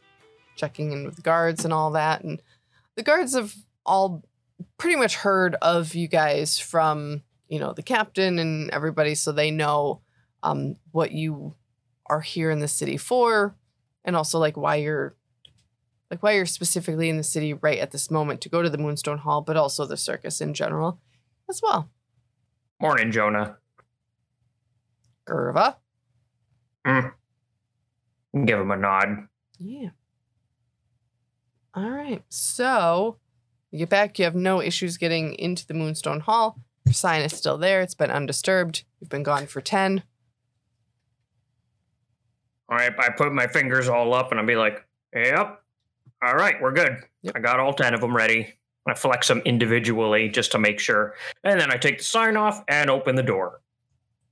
checking in with the guards and all that. And the guards have all pretty much heard of you guys from, you know, the captain and everybody, so they know um, what you are here in the city for, and also like why you're like why you're specifically in the city right at this moment to go to the Moonstone Hall, but also the circus in general as well. Morning, Jonah. Gerva. Give him a nod. Yeah. All right. So you get back. You have no issues getting into the Moonstone Hall. Your sign is still there. It's been undisturbed. You've been gone for 10. All right, I put my fingers all up and I'll be like, yep. All right, we're good. Yep. I got all 10 of them ready. I flex them individually just to make sure. And then I take the sign off and open the door.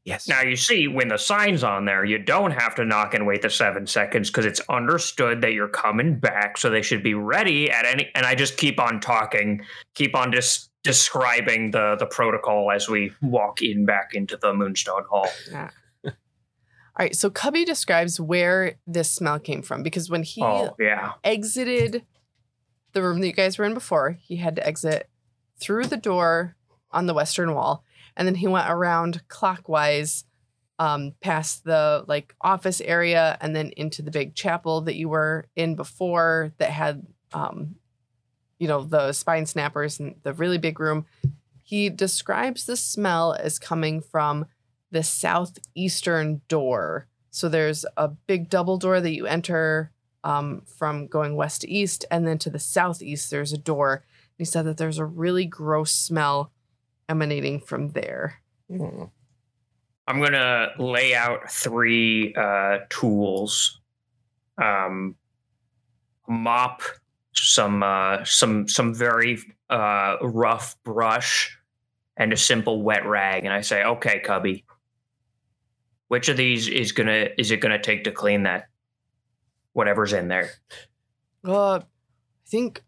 Yes. Now, you see, when the sign's on there, you don't have to knock and wait the seven seconds because it's understood that you're coming back. So they should be ready at any. And I just keep on talking, keep on just describing the, the protocol as we walk in back into the Moonstone Hall. All right. So Cubby describes where this smell came from because when he Oh, yeah. exited the room that you guys were in before. He had to exit through the door on the western wall, and then he went around clockwise um, past the like office area, and then into the big chapel that you were in before that had um, you know the spine snappers and the really big room. He describes the smell as coming from the southeastern door. So there's a big double door that you enter um, from going west to east, and then to the southeast, there's a door. And he said that there's a really gross smell emanating from there. I'm gonna lay out three uh, tools: um, a mop, some uh, some some very uh, rough brush, and a simple wet rag. And I say, "Okay, Cubby, which of these is gonna is it gonna take to clean that whatever's in there?" Uh, I think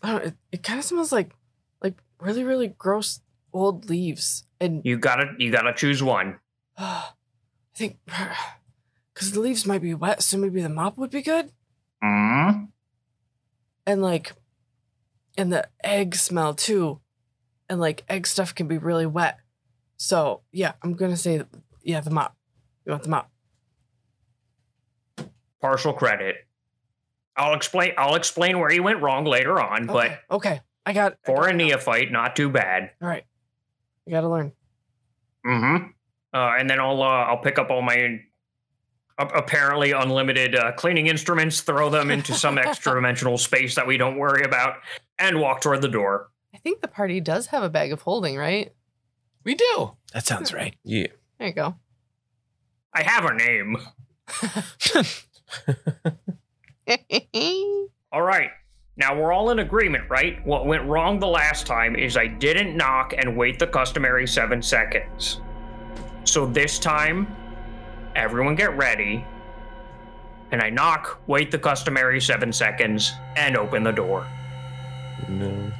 I don't. It, it kind of smells like like really really gross old leaves, and You gotta you gotta choose one. uh, [SIGHS] I think [SIGHS] because the leaves might be wet, so maybe the mop would be good. Mm? and like and the egg smell too and like egg stuff can be really wet so yeah i'm gonna say yeah the mop you want the mop Partial credit. I'll explain. I'll explain where you went wrong later on, but. okay, okay i got I For got a it now. neophyte, not too bad. all right you gotta learn Mm-hmm. Uh, and then I'll uh, I'll pick up all my a- apparently unlimited uh, cleaning instruments, throw them into some extra dimensional space that we don't worry about, and walk toward the door. i think the party does have a bag of holding right We do. that sounds right. Yeah. there you go I have a name. [LAUGHS] All right. Now we're all in agreement, right? What went wrong the last time is I didn't knock and wait the customary seven seconds. So this time, everyone get ready. And I knock, wait the customary seven seconds, and open the door. No.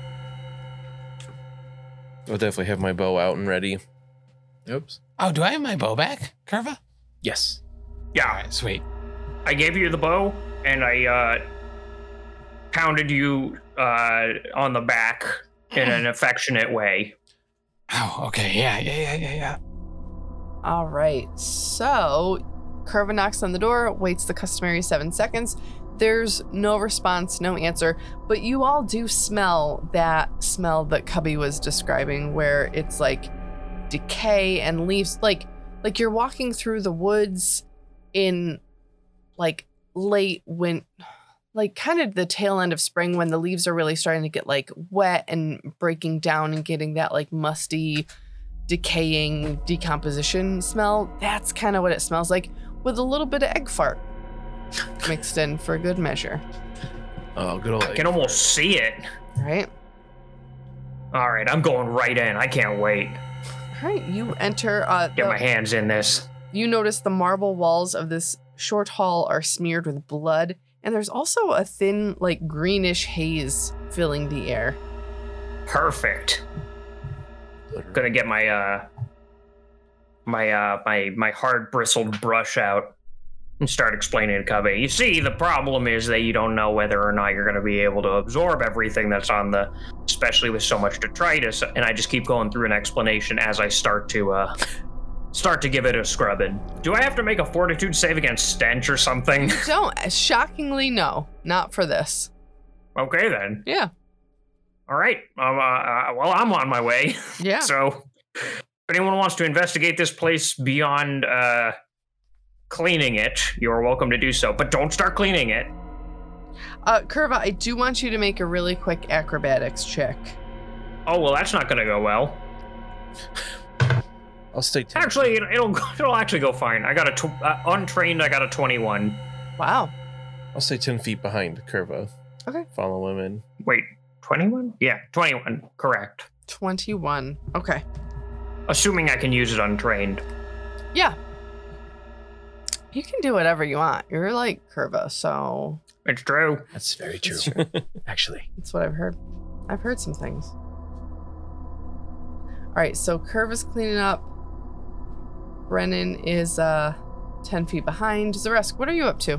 I'll definitely have my bow out and ready. Oops. Oh, do I have my bow back, Curva? Yes. All Yeah, right, sweet. I gave you the bow and I uh, pounded you uh, on the back in [LAUGHS] an affectionate way. Oh, okay. Yeah, yeah, yeah, yeah, yeah. all right so curva knocks on the door waits the customary seven seconds there's no response no answer But you all do smell that smell that Cubby was describing, where it's like decay and leaves, like like you're walking through the woods in like late when, like kind of the tail end of spring when the leaves are really starting to get like wet and breaking down and getting that like musty, decaying decomposition smell. That's kind of what it smells like with a little bit of egg [SIGHS] fart mixed in for good measure. Oh, good old. I can almost see it. All right. All right, I'm going right in. I can't wait. All right, you enter. Uh, Get my the- hands in this. you notice the marble walls of this short hall are smeared with blood, and there's also a thin, like greenish haze filling the air. Perfect. Gonna get my uh my uh my my hard bristled brush out and start explaining to Cubby. You see, the problem is that you don't know whether or not you're gonna be able to absorb everything that's on the especially with so much detritus, and I just keep going through an explanation as I start to uh start to give it a scrubbing. Do I have to make a fortitude save against stench or something? [LAUGHS] Don't shockingly, no, not for this. okay then. Yeah, All right. Um, uh, uh, well, I'm on my way. [LAUGHS] yeah. Oh. So, if anyone wants to investigate this place beyond uh, cleaning it, you are welcome to do so. But don't start cleaning it. Uh, Curva, I do want you to make a really quick acrobatics check. Oh well, that's not going to go well. I'll stay. ten. Actually, it- it'll it'll actually go [LAUGHS] fine. I got a tw- uh, untrained. I got a twenty-one. Wow. I'll stay ten feet behind Curva. Okay. Follow him in. Wait, twenty-one? Yeah, twenty-one. Correct. 21. Okay. Assuming I can use it untrained. Yeah. You can do whatever you want. You're like Curva, so It's true. That's very true. [LAUGHS] Actually, that's what I've heard. I've heard some things. All right, so Curva's cleaning up. Brennan is uh 10 feet behind. Zaresk, what are you up to?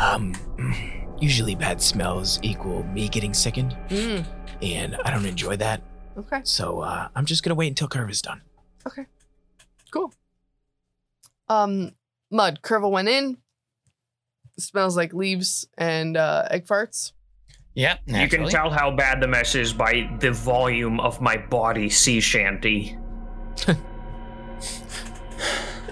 um, mm, usually bad smells equal me getting sickened, Mm, and I don't enjoy that. okay, So uh, I'm just gonna wait until Curve is done. cool. Um, Mud, Curva went in. Smells like leaves and uh, egg farts. Yep. You naturally. can tell how bad the mess is by the volume of my body sea shanty.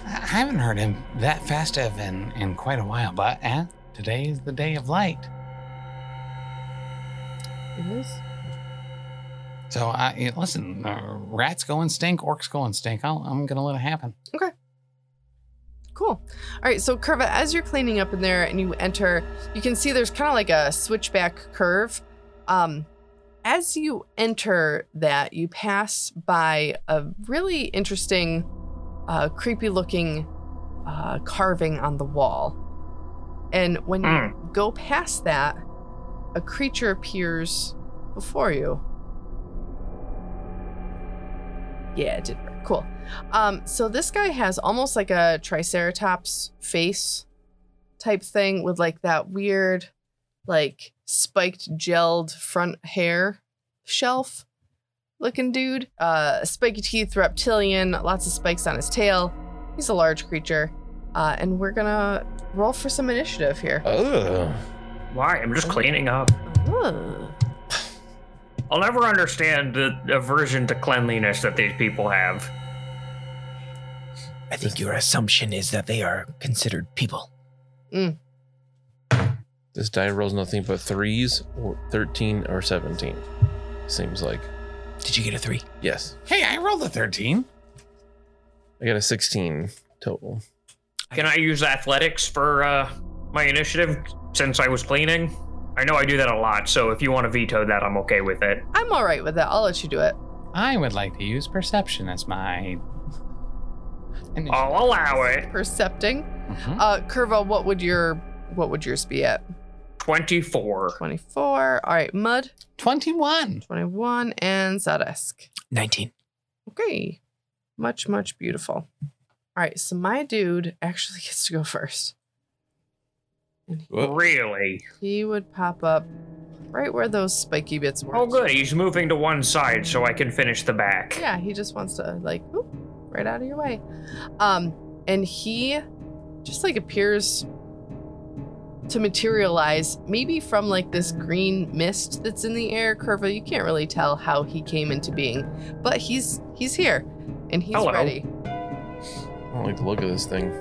I haven't heard him that festive in, in quite a while, but eh, today is the day of light. It is. So I yeah, listen. Uh, rats go and stink. Orcs go and stink. I'll, I'm gonna let it happen. Cool. All right, so Curva, as you're cleaning up in there and you enter, you can see there's kind of like a switchback curve. Um, as you enter that, you pass by a really interesting, uh, creepy looking uh, carving on the wall. And when you go past that, a creature appears before you. Yeah, it did work. Cool. Um, so this guy has almost like a triceratops face type thing with like that weird, like spiked gelled front hair shelf looking dude. Uh spiky teeth, reptilian, lots of spikes on his tail. He's a large creature. Uh, and we're gonna roll for some initiative here. Oh. Why? I'm just cleaning up. Ugh. I'll never understand the aversion to cleanliness that these people have. I think your assumption is that they are considered people. This die rolls nothing but threes, or thirteen, or seventeen. Seems like. Did you get a three? Yes. Hey, I rolled a thirteen. I got a sixteen total. Can I use athletics for uh, my initiative since I was cleaning? I know I do that a lot, so if you want to veto that, I'm okay with it. I'm all right with that. I'll let you do it. I would like to use perception as my. initiative. I'll allow it. Percepting. Mhm. Uh Curva, what would your what would yours be at? 24. 24. All right, Mud. Twenty-one. 21 and Zaresk. Nineteen. Okay. Much, much beautiful. All right. So my dude actually [LAUGHS] gets to go first. And he, Whoa. Really? he would pop up right where those spiky bits were. Oh, good. He's moving to one side so I can finish the back. Yeah. He just wants to, like, oop, right out of your way. Um, and he just, like, appears to materialize maybe from like this green mist that's in the air curva you can't really tell how he came into being but he's he's here and he's Hello. ready I don't like the look of this thing.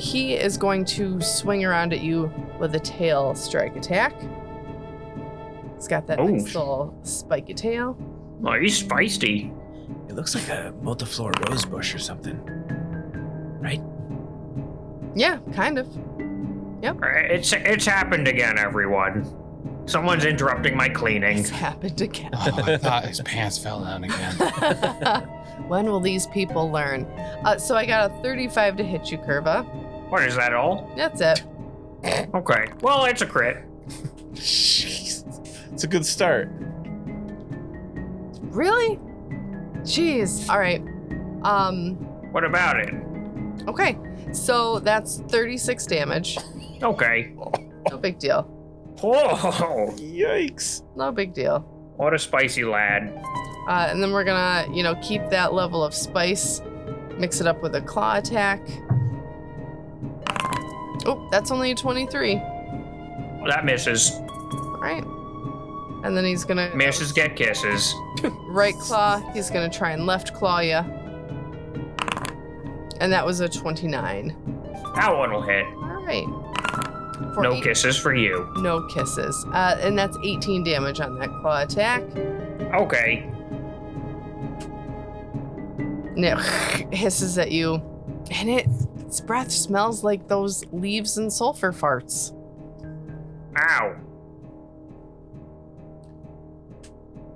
He is going to swing around at you with a tail strike attack. It's got that Oh. nice little spiky tail. Oh, he's feisty. It looks like a multiflora rose bush or something. Yeah, kind of. [LAUGHS] Uh, It's it's happened again, everyone. Someone's interrupting my cleaning. It's happened again. Oh, [LAUGHS] I thought his pants fell down again. when will these people learn? Uh, so I got a 35 to hit you, Curva. What is that all? That's it. Okay. Well, it's a crit. Jeez. It's a good start. Really? Jeez. All right. Um. What about it? Okay. So that's 36 damage. Okay. No big deal. Oh, Yikes. [LAUGHS] No big deal. what a spicy lad. Uh, and then we're gonna, you know, keep that level of spice, mix it up with a claw attack. Oh, that's only a 23. That misses. All right. And then he's gonna Misses get kisses. right claw. He's gonna try and left claw you. And that was a 29. That one will hit. All right. For No eight- kisses for you. No kisses. Uh, and that's 18 damage on that claw attack. Okay. And it [LAUGHS] hisses at you, and it, its breath smells like those leaves and sulfur farts. Ow.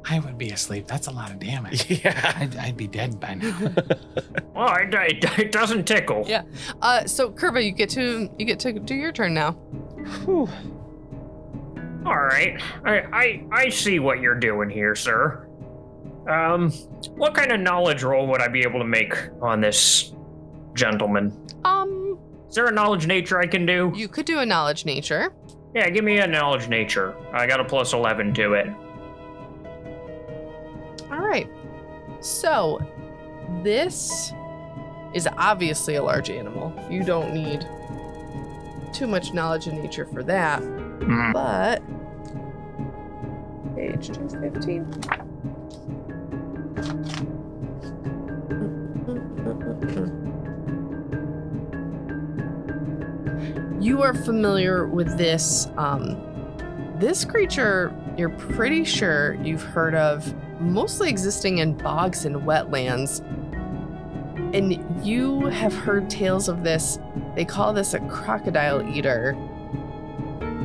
I would be asleep. That's a lot [LAUGHS] of damage. [LAUGHS] Yeah. I'd, I'd be dead by now. Well, it, it, it doesn't tickle. Yeah. Uh, so Kerba, you get to you get to do your turn now. All right. I, I I see what you're doing here, sir. Um, what kind of knowledge roll would I be able to make on this gentleman? Um, Is there a knowledge nature I can do? you could do a knowledge nature. Yeah, give me a knowledge nature. I got a plus 11 to it. All right. So, this is obviously a large animal. You don't need too much knowledge of nature for that. Mm. But page 215. You are familiar with this um this creature you're pretty sure you've heard of mostly existing in bogs and wetlands. And you have heard tales of this. They call this a crocodile eater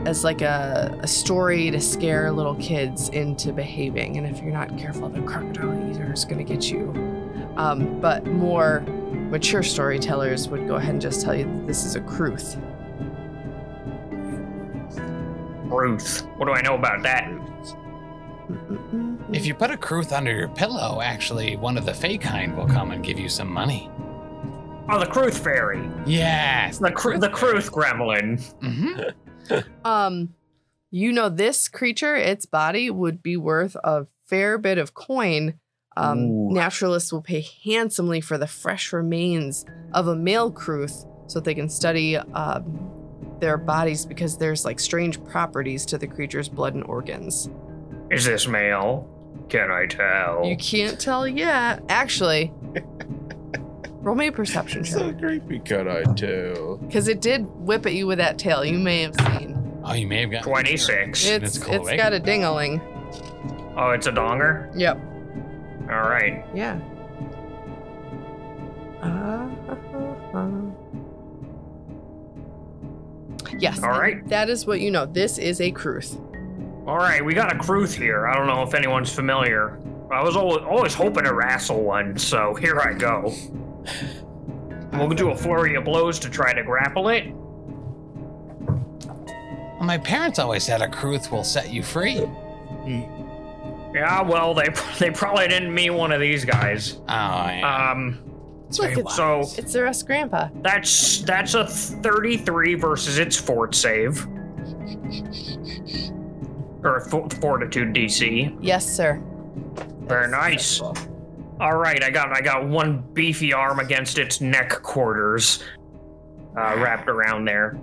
as like a, a story to scare little kids into behaving. And if you're not careful, the crocodile eater is going to get you. Um, but more mature storytellers would go ahead and just tell you that this is a cruth. Ruth. What do I know about that? If you put a Kruth under your pillow, actually, one of the fey kind will come and give you some money. Oh, the Kruth fairy. Yes. The, Kru- the Kruth gremlin. hmm Um, you know, this creature, its body would be worth a fair bit of coin. Um, Ooh. naturalists will pay handsomely for the fresh remains of a male Kruth so that they can study um, their bodies because there's like strange properties to the creature's blood and organs. Is this male? Can I tell? Oh. You can't tell yet. [LAUGHS] Actually, roll me a perception So check creepy could I too? [SIGHS] because it did whip at you with that tail. You may have seen. Oh, you may have gotten 26. It's, That's cool, it's eh? got a dingling. Oh, it's a donger? Yep. All right. Yeah. Yes. All and right. That is what you know. This is a Kruth. All right, we got a Kruth here. I don't know if anyone's familiar. I was always, always hoping to wrestle one, so here I go. We'll do a flurry of blows to try to grapple it. Well, my parents always said a Kruth will set you free. Oh, Yeah, well, they [LAUGHS] they probably didn't meet one of these guys. Oh, yeah. Um, Look, it's, so it's the rest grandpa. that's that's a 33 versus its fort save, or fo- fortitude DC. Yes, sir. Very nice. All right, I got I got one beefy arm against its neck quarters, uh, wrapped around there.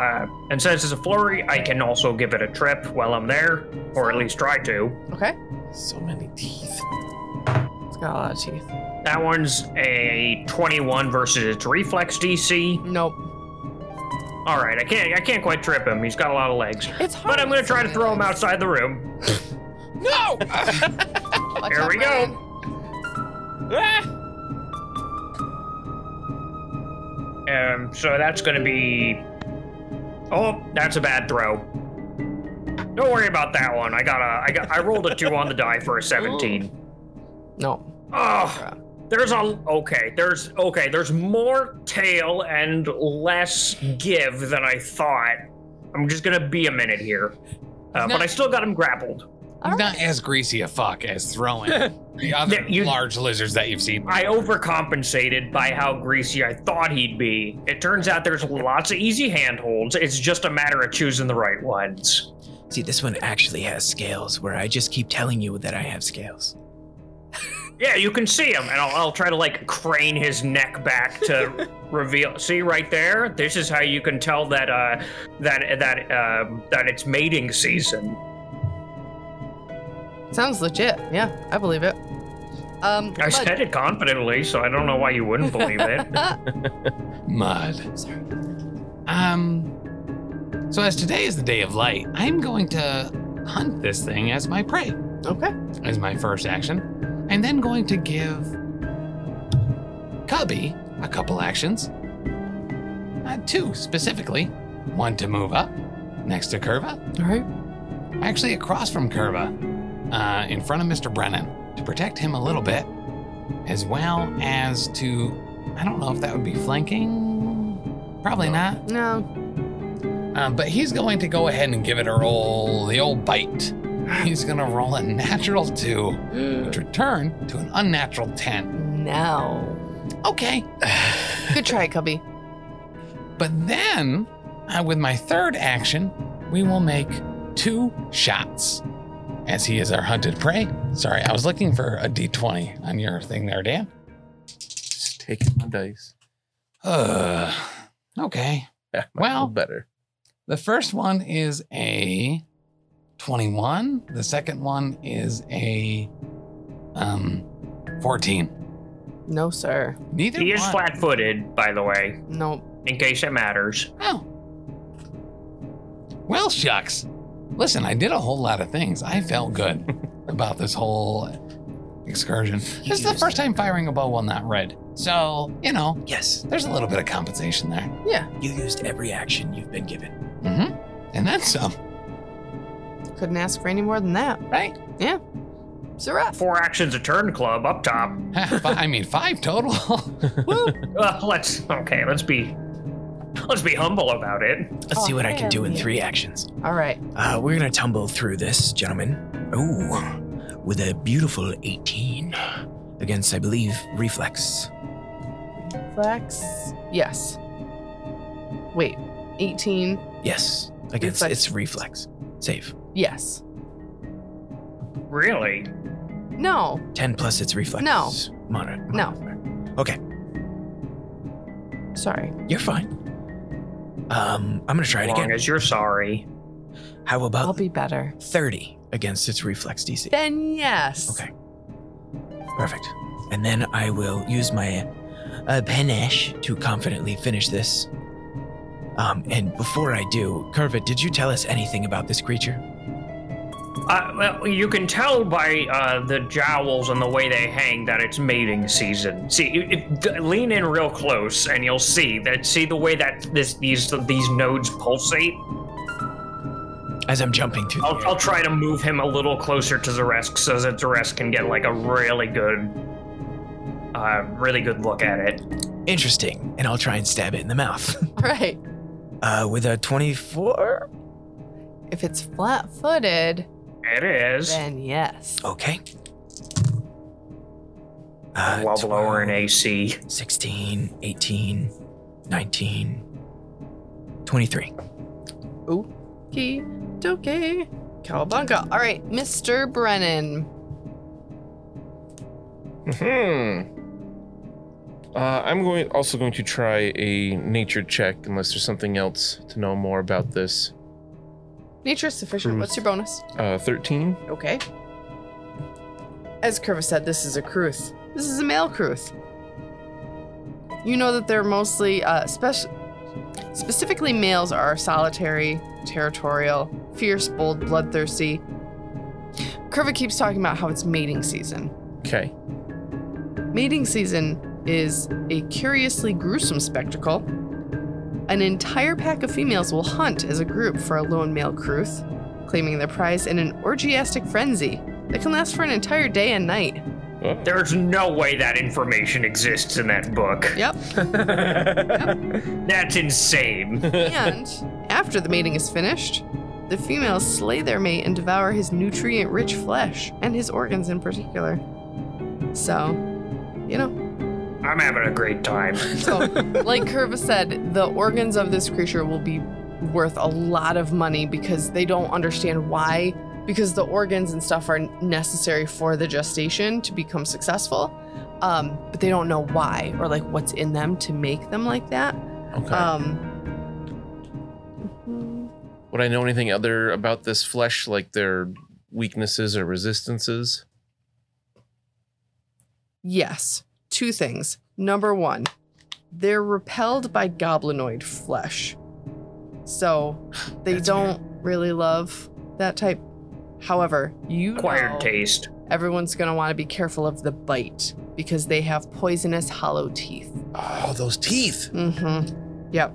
Uh, and since it's a flurry, I can also give it a trip while I'm there, or at least try to. Okay. So many teeth. It's got a lot of teeth. That one's a 21 versus its reflex DC. Nope. All right, I can't I can't quite trip him. He's got a lot of legs. It's hard. But I'm gonna try to throw him outside the room. no! Watch Here out, we go. Ryan. Um, so that's gonna be. Oh, that's a bad throw. Don't worry about that one. I got a I got I rolled a two on the die for a 17. No. Oh, there's a okay. There's okay. There's more tail and less give than I thought. I'm just gonna be a minute here, uh, but I still got him grappled. All He's not as greasy a fuck as throwing [LAUGHS] the other Yeah, you- large lizards that you've seen. I overcompensated by how greasy I thought he'd be. It turns out there's lots of easy handholds. It's just a matter of choosing the right ones. See, this one actually has scales where I just keep telling you that I have scales. Yeah, you can see him, and I'll, I'll try to like crane his neck back to reveal. See right there. This is how you can tell that uh, that that um that it's mating season. Sounds legit. Yeah, I believe it. Um, I Mud. said it confidently, so I don't know why you wouldn't believe it. Mud. Sorry. Um. So, as today is the day of light, I'm going to hunt this thing as my prey. Okay. as my first action. I'm then going to give Cubby a couple actions. Uh, two specifically. One to move up next to Curva. All right. Actually, across from Curva, uh, in front of Mr. Brennan to protect him a little bit, as well as to. I don't know if that would be flanking. Probably not. No. Um, but he's going to go ahead and give it a roll, the old bite. He's going to roll a natural two, which return to an unnatural 10. No. Okay. Good [LAUGHS] try, Cubby. But then, uh, with my third action, we will make two shots as he is our hunted prey. Sorry, I was looking for a d20 on your thing there, Dan. Just taking my dice. [LAUGHS] Uh, okay. Yeah, might Well, roll better. The first one is a 21. The second one is a um 14. No, sir. Neither He one. is flat footed, by the way, Nope. in case it matters. Oh. Well, shucks. Listen, I did a whole lot of things. I felt [LAUGHS] good about this whole excursion. This is the first time firing a bow while not red. So, you know, Yes, there's a little bit of compensation there. you used every action you've been given. Mm-hmm. And then [LAUGHS] some, Couldn't ask for any more than that. right? It's a wrap. Four actions a turn club up top. I mean, five total. [LAUGHS] Uh, let's okay. Let's be let's be humble about it. Let's see what I can do in three actions. All right. Uh, we're gonna tumble through this, gentlemen. Ooh, with a beautiful 18 against, I believe, reflex. Flex. Yes. Wait. 18. Yes, against Reflex. its reflex. Save. Yes. Really? No. 10 plus its reflex. No. Moder- No. modifier. Sorry. You're fine. Um, I'm gonna try it As again. long as you're sorry. How I'll about be better. 30 against its reflex DC? Then yes. Okay. Perfect. And then I will use my uh, panache to confidently finish this. Um, and before I do, Curva, did you tell us anything about this creature? Uh, well, you can tell by uh, the jowls and the way they hang that it's mating season. See, if, if- d- lean in real close, and you'll see that. See the way that this these these nodes pulsate. As I'm jumping through I'll, the I'll air. try to move him a little closer to Zaresk so that Zaresk can get like a really good, uh, really good look at it. Interesting. And I'll try and stab it in the mouth. [LAUGHS] All [LAUGHS] right. Uh, with a 24? If it's flat footed, It is. then yes. Okay. I Uh, Love lowering 12, AC. 16, 18, 19, 23. Okie dokie. Cowabunga. All right, Mr. Brennan. Hmm. Uh, I'm going also going to try a nature check unless there's something else to know more about this. Nature is sufficient. Hmm. What's your bonus? Uh, 13. Okay. As Curva said, this is a Kruth. This is a male Kruth. You know that they're mostly, uh, spec- specifically males are solitary, territorial, fierce, bold, bloodthirsty. Curva keeps talking about how it's mating season. Okay. Mating season is a curiously gruesome spectacle. An entire pack of females will hunt as a group for a lone male Kruth, claiming their prize in an orgiastic frenzy that can last for an entire day and night. Oh. There's no way that information exists in that book. Yep. That's insane. and after the mating is finished, the females slay their mate and devour his nutrient rich flesh and his organs in particular. So, you know, I'm having a great time. So, like Curva said, the organs of this creature will be worth a lot of money because they don't understand why, because the organs and stuff are necessary for the gestation to become successful. Um, but they don't know why or like what's in them to make them like that. Okay. Um, Would I know anything other about this flesh, like their weaknesses or resistances? yes, two things. Number one, they're repelled by goblinoid flesh. So they That's don't really love that type. However, you Acquired know- taste. everyone's going to want to be careful of the bite because they have poisonous hollow teeth. Oh, those teeth. Mm-hmm. Yep.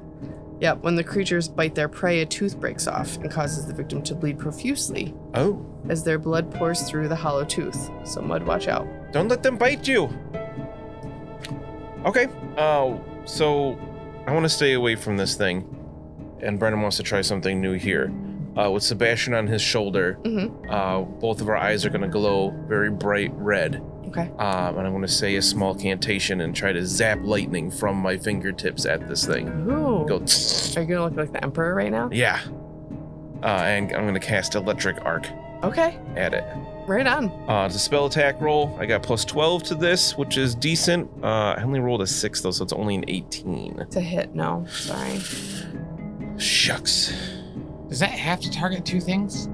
Yep. When the creatures bite their prey, a tooth breaks off and causes the victim to bleed profusely Oh, as their blood pours through the hollow tooth. So Mud, watch out. don't let them bite you. Okay. Oh, so I want to stay away from this thing. And Brennan wants to try something new here. Uh, with Sebastian on his shoulder, Mhm. uh, both of our eyes are going to glow very bright red. Okay. Um, and I'm going to say a small cantation and try to zap lightning from my fingertips at this thing. Ooh. Go. Are you gonna look like the emperor right now? Yeah. Uh, and I'm going to cast Electric Arc Okay. at it. Right on. Uh, it's a spell attack roll. I got plus 12 to this, which is decent. Uh, I only rolled a 6, though, so it's only an 18. To hit. No. Sorry. Shucks. Does that have to target two things?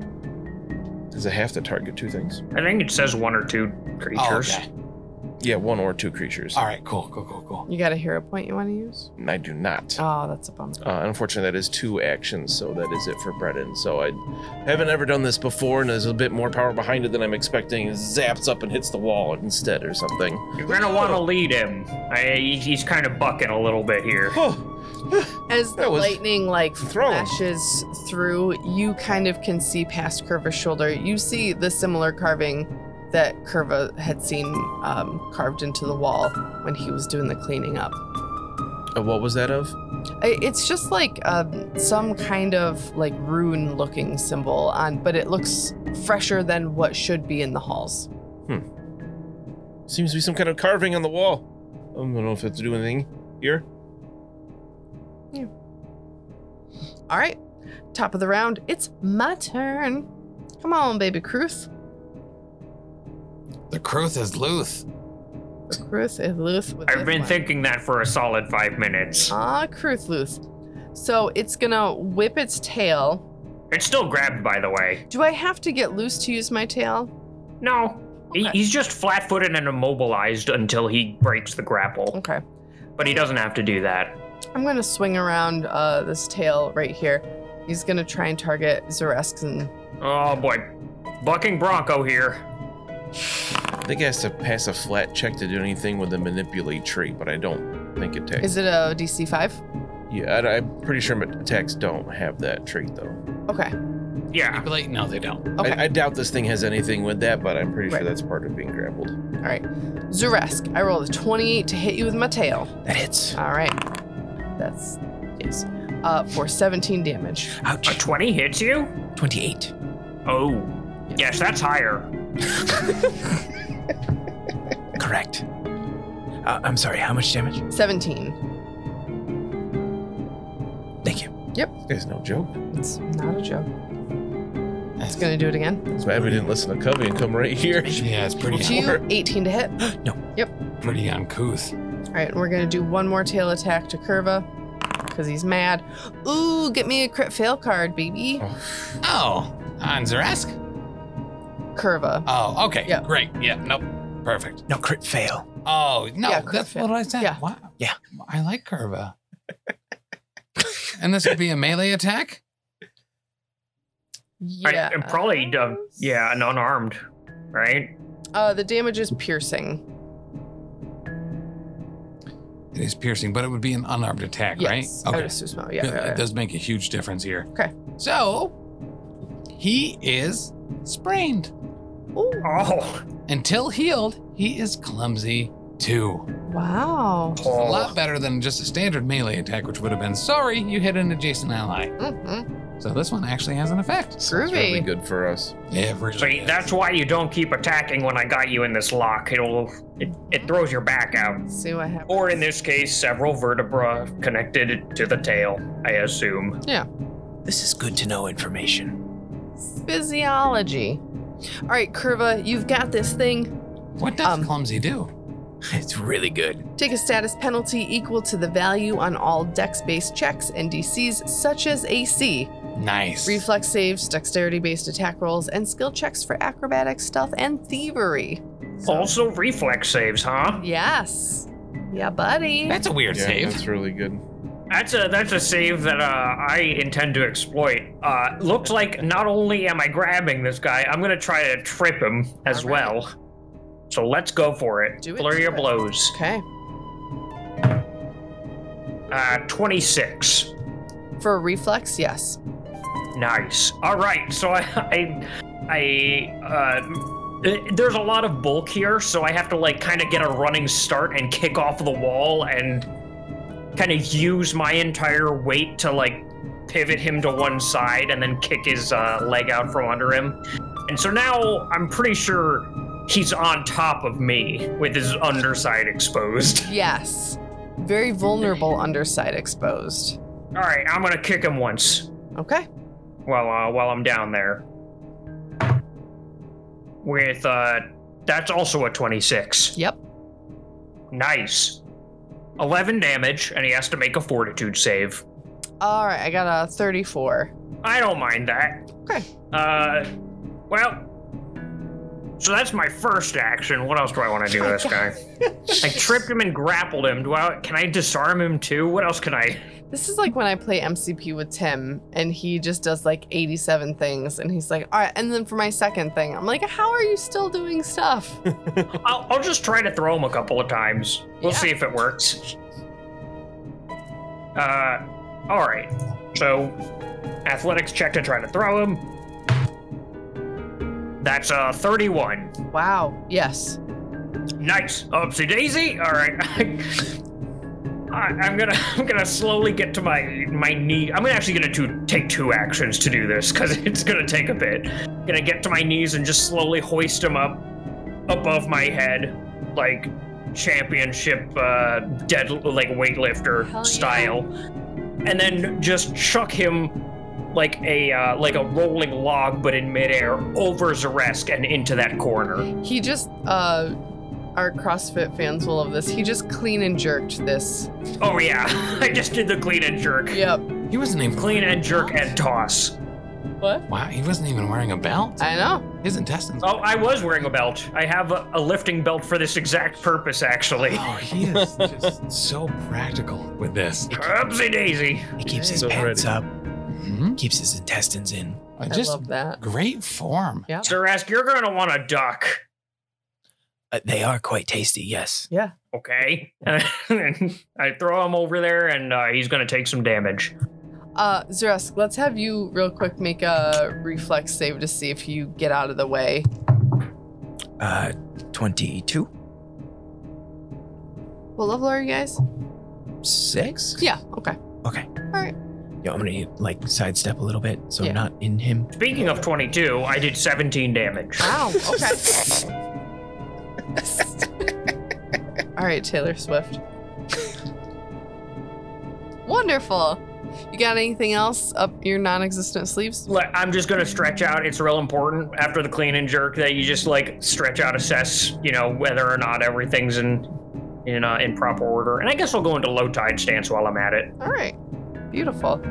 Does it have to target two things? I think it says one or two creatures. Oh, okay. Yeah, one or two creatures. All right, cool, cool, cool, cool. You got a hero point you want to use? And I do not. Uh, Oh, that's a bummer. unfortunately, that is two actions, so that is it for Brennan. So I haven't ever done this before, and there's a bit more power behind it than I'm expecting. It zaps up and hits the wall instead or something. You're gonna want to lead him. I, he's kind of bucking a little bit here. Oh, As the That was lightning like thrown. flashes through, you kind of can see past Curva's shoulder. You see the similar carving that Curva had seen um, carved into the wall when he was doing the cleaning up. Uh, what was that of? I- It's just like um, some kind of like rune looking symbol on, but it looks fresher than what should be in the halls. Seems to be some kind of carving on the wall. I don't know if it's doing anything here. All right, top of the round. It's my turn. Come on, baby Kruth. The Kruth is Luth. Kruth is Luth. with I've this been one. thinking that for a solid five minutes. Ah, Kruthluth. So it's gonna whip its tail. It's still grabbed, by the way. Do I have to get loose to use my tail? No, he, Okay. he's just flat-footed and immobilized until he breaks the grapple. Okay. But he doesn't have to do that. I'm gonna swing around uh, this tail right here. He's gonna try and target Zareskson. Oh boy, bucking Bronco here. I think it has to pass a flat check to do anything with the manipulate tree, but I don't think it takes. Is it a DC five? yeah, I, am pretty sure my attacks don't have that trait though. Okay. Yeah, Manipulate? No, they don't. Okay. I, I doubt this thing has anything with that, but I'm pretty Right. sure that's part of being grappled. All right. Zuresk, I rolled a 28 to hit you with my tail. That hits. All right. That's yes. Uh, for 17 damage. a Ouch. twenty hits you. 28. Oh, yes, that's higher. Correct. Uh, I'm sorry, how much damage? 17. Thank you. This guy's no joke. It's not a joke. It's gonna do it again. It's bad we didn't listen to Covey and come right here. [LAUGHS] Yeah, it's pretty Do you 18 to hit? pretty uncouth. All right, we're gonna do one more tail attack to Curva, cause he's mad. Ooh, get me a crit fail card, baby. Oh, on Zeresk? Curva. Oh, okay. Yeah. Great. Yeah, nope. Perfect. No crit fail. Oh, no, Yeah, that's Curva. what I said. Yeah. Wow. Yeah. I like Curva. and this would be a melee attack? Yeah. I, am probably uh, yeah, an unarmed, right? Uh, the damage is piercing. It is piercing, but it would be an unarmed attack, Yes. right? I would assume so. Yeah. Good, yeah, It yeah. does make a huge difference here. Okay. So he is sprained. Ooh, Oh, Until healed, he is clumsy too. wow. Which is a oh. lot better than just a standard melee attack, which would have been sorry, you hit an adjacent ally. Mm-hmm. So this one actually has an effect. It's really Groovy. good for us. Yeah, really so is. that's why you don't keep attacking when I got you in this lock. It'll it, it throws your back out. See what happens. Or in this case, several vertebra connected to the tail, I assume. This is good to know information. [LAUGHS] physiology. All right, Curva, you've got this thing. what does um, clumsy do? It's really good. Take a status penalty equal to the value on all dex-based checks and DCs, such as AC. Nice. Reflex saves, dexterity based attack rolls, and skill checks for acrobatics, stealth, and thievery. Also, reflex saves, huh? Yes. Yeah, buddy. that's a weird Yeah, save. that's [LAUGHS] really good. [LAUGHS] That's a that's a save that uh, I intend to exploit. Uh, looks like not only am I grabbing this guy, I'm gonna try to trip him as All right. well. So let's go for it. Do it, Flurry do of it. blows. Okay. Uh, 26. For a reflex, yes. Nice. All right. So I, [LAUGHS] I, I, uh, eh, there's a lot of bulk here, so I have to like kind of get a running start and kick off the wall and kind of use my entire weight to like pivot him to one side and then kick his uh, leg out from under him. And so now I'm pretty sure he's on top of me with his underside exposed. [LAUGHS] Yes. Very vulnerable underside exposed. All right, I'm gonna kick him once. Okay. while uh, while I'm down there. With uh, that's also a 26. Yep. Nice. 11 damage, and he has to make a Fortitude save. All right. I got a 34. I don't mind that. Okay. Uh, well. So that's my first action. What else do I want to do [LAUGHS] to this guy? I tripped him and grappled him. Do I? Can I disarm him too? What else can I? This is like when I play MCP with Tim and he just does like 87 things and he's like, all right. And then for my second thing, I'm like, how are you still doing [LAUGHS] stuff? I'll, I'll just try to throw him a couple of times. We'll Yeah. see if it works. Uh, all right. So, athletics check to try to throw him. That's uh 31. wow. Yes. Nice. Upsy daisy. All right. [LAUGHS] I, I'm gonna [LAUGHS] I'm gonna slowly get to my my knee. I'm gonna actually gonna to take two actions to do this because [LAUGHS] it's gonna take a bit. Gonna get to my knees and just slowly hoist him up above my head, like championship uh, dead like weightlifter Hell yeah. style, and then just chuck him like a uh, like a rolling log, but in midair over Zaresk and into that corner. He just, uh, our CrossFit fans will love this. He just clean and jerked this. Oh yeah, [LAUGHS] I just did the clean and jerk. Yep. He wasn't even Clean and jerk and toss. What? Wow, he wasn't even wearing a belt. I know. His intestines. Oh, I was wearing a belt. I have a, a lifting belt for this exact [LAUGHS] purpose, actually. Oh, he is just so practical with this. Upsy daisy. He keeps his So pants up, Mhm. keeps his intestines in. Uh, I Just love that. great form. Yeah. Zerask, you're gonna want to duck, Uh, they are quite tasty, yes. okay? [LAUGHS] And I throw him over there, and uh, he's gonna take some damage. Uh, Zeresk, let's have you real quick make a reflex save to see if you get out of the way. Uh, 22? What level are you guys? 6? Yeah. Okay. Yo, I'm gonna like sidestep a little bit so Yeah. I'm not in him. Speaking of 22, I did 17 damage. Wow. Oh, Okay. [LAUGHS] All right, Taylor Swift. Wonderful. You got anything else up your non-existent sleeves? Look, I'm just gonna stretch out. It's real important after the clean and jerk that you just like stretch out, assess, you know, whether or not everything's in in uh, in proper order. And I guess I'll go into low tide stance while I'm at it. All right. Beautiful.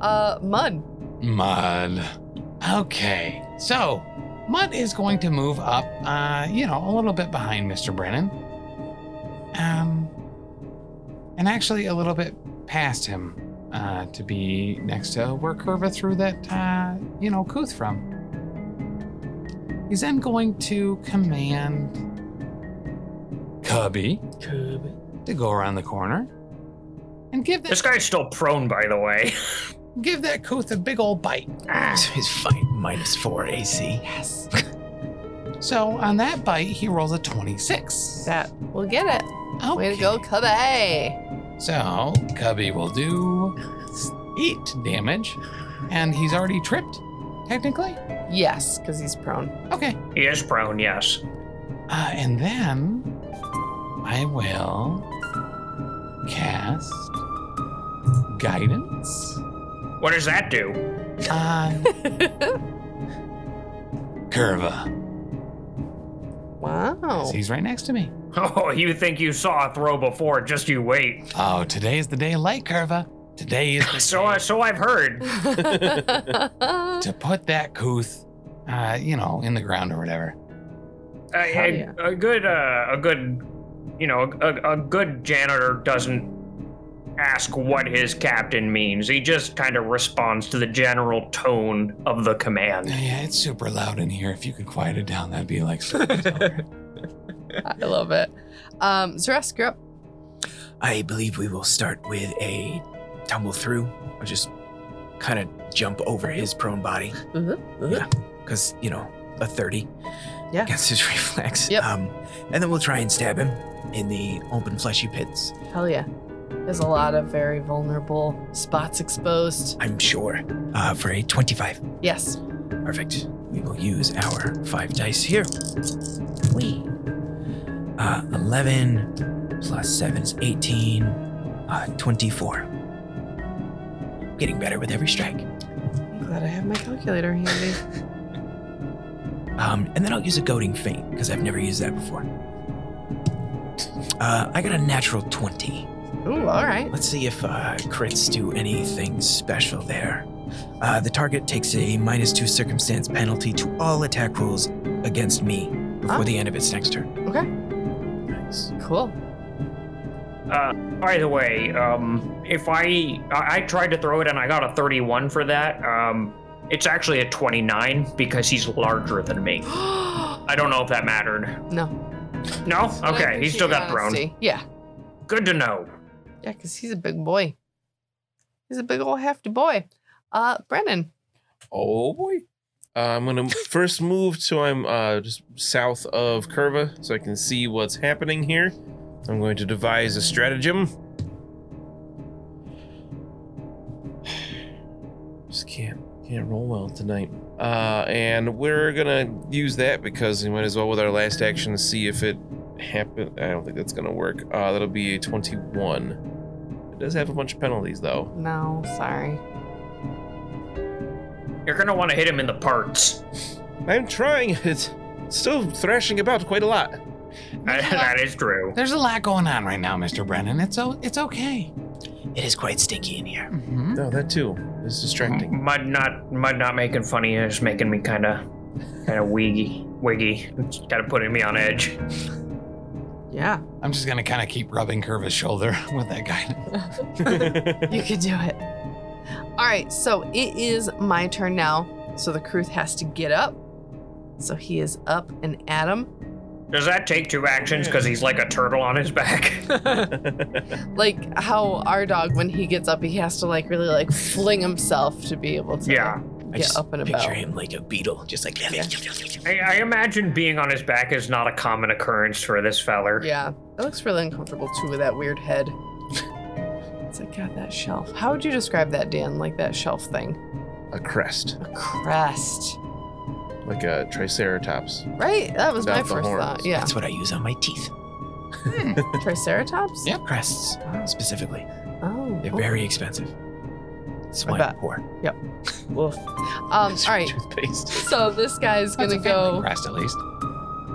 Uh, mud. Mud. Okay, so Mud is going to move up, uh, you know, a little bit behind Mr. Brennan. Um, and actually a little bit past him uh, to be next to where Curva threw that, uh, you know, Kuth from. He's then going to command Cubby [LAUGHS] to go around the corner and give This that, guy's still prone, by the way. [LAUGHS] give that Kuth a big old bite. So his fight minus 4 AC. Yes. [LAUGHS] So on that bite, he rolls a 26. That will get it. Okay. Way to go, Cubby. So Cubby will do eight damage, and he's already tripped, technically. Yes, because he's prone. Okay. He is prone, yes. Uh, and then I will cast guidance What does that do? [LAUGHS] [LAUGHS] on Curva. Wow. He's right next to me. Oh, you think you saw a throw before? Just you wait. Oh, today is the day of light, Curva. Today is the So, uh, so I've heard. to put that Kuth, uh, you know, in the ground or whatever. A, Hell a- yeah. Uh, a good, uh, a good, you know, a, a good janitor doesn't ask what his captain means. He just kind of responds to the general tone of the command. [LAUGHS] Yeah, it's super loud in here. If you could quiet it down, that'd be like. I love it. Um, Zeresk, you're up. I believe we will start with a tumble through. I'll just kind of jump over his prone body. Mhm, mhm. Yeah. Because, you know, a 30 Yeah. against his [LAUGHS] reflex. Yep. Um, and then we'll try and stab him in the open fleshy pits. Hell yeah. There's a lot of very vulnerable spots exposed. I'm sure. Uh, for a 25. Yes. Perfect. We will use our five dice here. We. Uh, 11 plus 7 is 18, uh, 24. Getting better with every strike. I'm glad I have my calculator handy. Um, and then I'll use a goading feint because I've never used that before. Uh, I got a natural 20. Ooh, all right. Let's see if uh, crits do anything special there. Uh, the target takes a minus two circumstance penalty to all attack rolls against me before Ah. the end of its next turn. [GASPS] Cool. By the way, um, if I, I I tried to throw it and I got a 31 for that, um, it's actually a 29 because he's larger than me. I don't know if that mattered. no. No? I Okay, he still appreciate got thrown. honesty. Yeah. Good to know. Yeah, because he's a big boy. He's a big old hefty boy. Uh, Brennan. Oh boy. Uh, I'm gonna first move so I'm uh, just south of Curva, so I can see what's happening here. I'm going to devise a stratagem. [SIGHS] Just can't can't roll well tonight. Uh, and we're gonna use that because we might as well with our last action see if it happen. I don't think that's gonna work. Uh, that'll be a 21. It does have a bunch of penalties though. No, sorry. You're gonna want to hit him in the parts. [LAUGHS] I'm trying. [LAUGHS] It's still thrashing about quite a lot. that is true. There's a lot going on right now, Mr. Brennan. It's o- it's okay. It is quite stinky in here. Mm-hmm. Mhm. No, that too is [LAUGHS] distracting. Mud not mud not making funny is making me kind of kind of wiggy wiggy. It's kind of putting me on edge. Yeah, I'm just gonna kind of keep rubbing Curva's shoulder [LAUGHS] with that guy. [LAUGHS] you could do it. All right, so it is my turn now. So the Kruth has to get up. So he is up and at him. Does that take two actions? Because he's like a turtle on his back. [LAUGHS] Like how our dog, when he gets up, he has to like really like fling himself to be able to yeah, like, I get just up and picture about. him like a beetle, just like. I, I imagine being on his back is not a common occurrence for this feller. Yeah, it looks really uncomfortable too with that weird [LAUGHS] head. It's like God, that shelf. How would you describe that, Dan? Like that shelf thing? a crest, A crest, like a triceratops. right? That was my Without the first horns. thought. [LAUGHS] Yeah, That's what I use on my teeth. Triceratops. Yeah. Crests, specifically. Oh, They're cool. very expensive. That's I why bet. I'm poor. Woof. Um, all right. Toothpaste. So this guy's That's gonna a family go. crest, at least.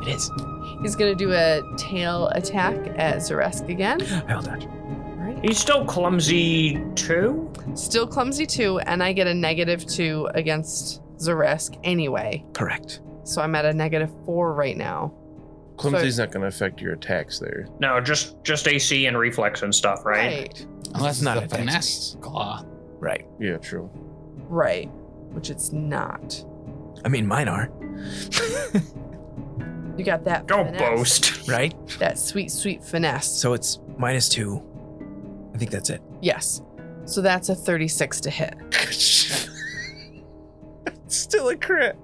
It is. [GASPS] He's gonna do a tail attack at Zeresk again. I'll dodge. All right. He's still clumsy too. Still clumsy two, and I get a negative two against Zeresk anyway. Correct. So I'm at a negative four right now. Clumsy's not going to affect your attacks there. No, just just AC and reflex and stuff, right? Unless it's Not not a a tax. finesse claw. Right. Yeah, true. Right. Right. Which it's not. I mean, mine are. You got that. Don't finesse, [LAUGHS] boast. Right? That sweet, sweet finesse. So it's minus two. I think that's it. Yes. So that's a 36 to hit. Still a crit.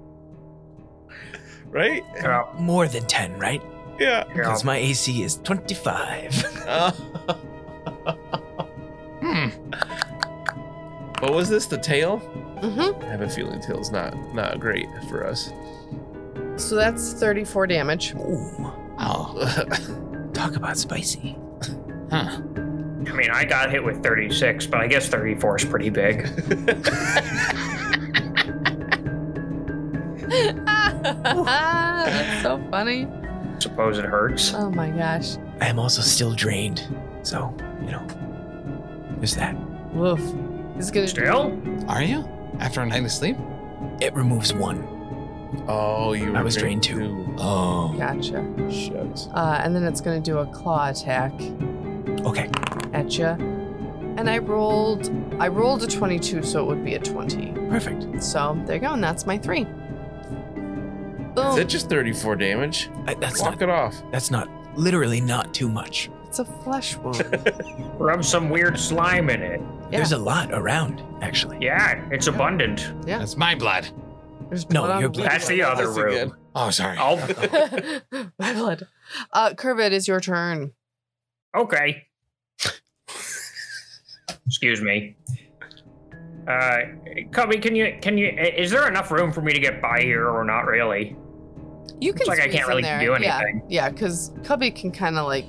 Right? Yeah, More than 10, right? Yeah. yeah. Because my AC is 25. Uh, Hmm. What was this? The tail? Mm-hmm. I have a feeling tail's not not great for us. [LAUGHS] So that's 34 damage. [LAUGHS] Ooh, Oh. talk about spicy. Huh. I mean, I got hit with 36, but I guess 34 is pretty big. [LAUGHS] that's so funny. Suppose it hurts. Oh my gosh. I am also still drained. So, you know, there's that. Woof. He's gonna Still? Are you? After a night of sleep? It removes one. Oh, you were I was drained too. Oh. Gotcha. Shucks. Uh, and then it's gonna do a claw attack Okay. at you. And I rolled, I rolled a 22, so it would be a 20. Perfect. So there you go, and that's my three. Is Boom. that just 34 damage? I, that's Walk not. it off. [LAUGHS] That's not. Literally not too much. It's a flesh wound. Rub some weird slime in it. There's a lot around, actually. Yeah, it's abundant. That's my blood. There's No, blood on you're the That's the wall. other That's again. room. Oh, sorry. [LAUGHS] I'll, My blood. Uh, Curve, it is your turn. okay. Excuse me. Uh, Cubby, can you can you? i- Is there enough room for me to get by here, or not really? You can. It's like I squeeze can't in really there. do Yeah. anything. Yeah, because Cubby can kind of like.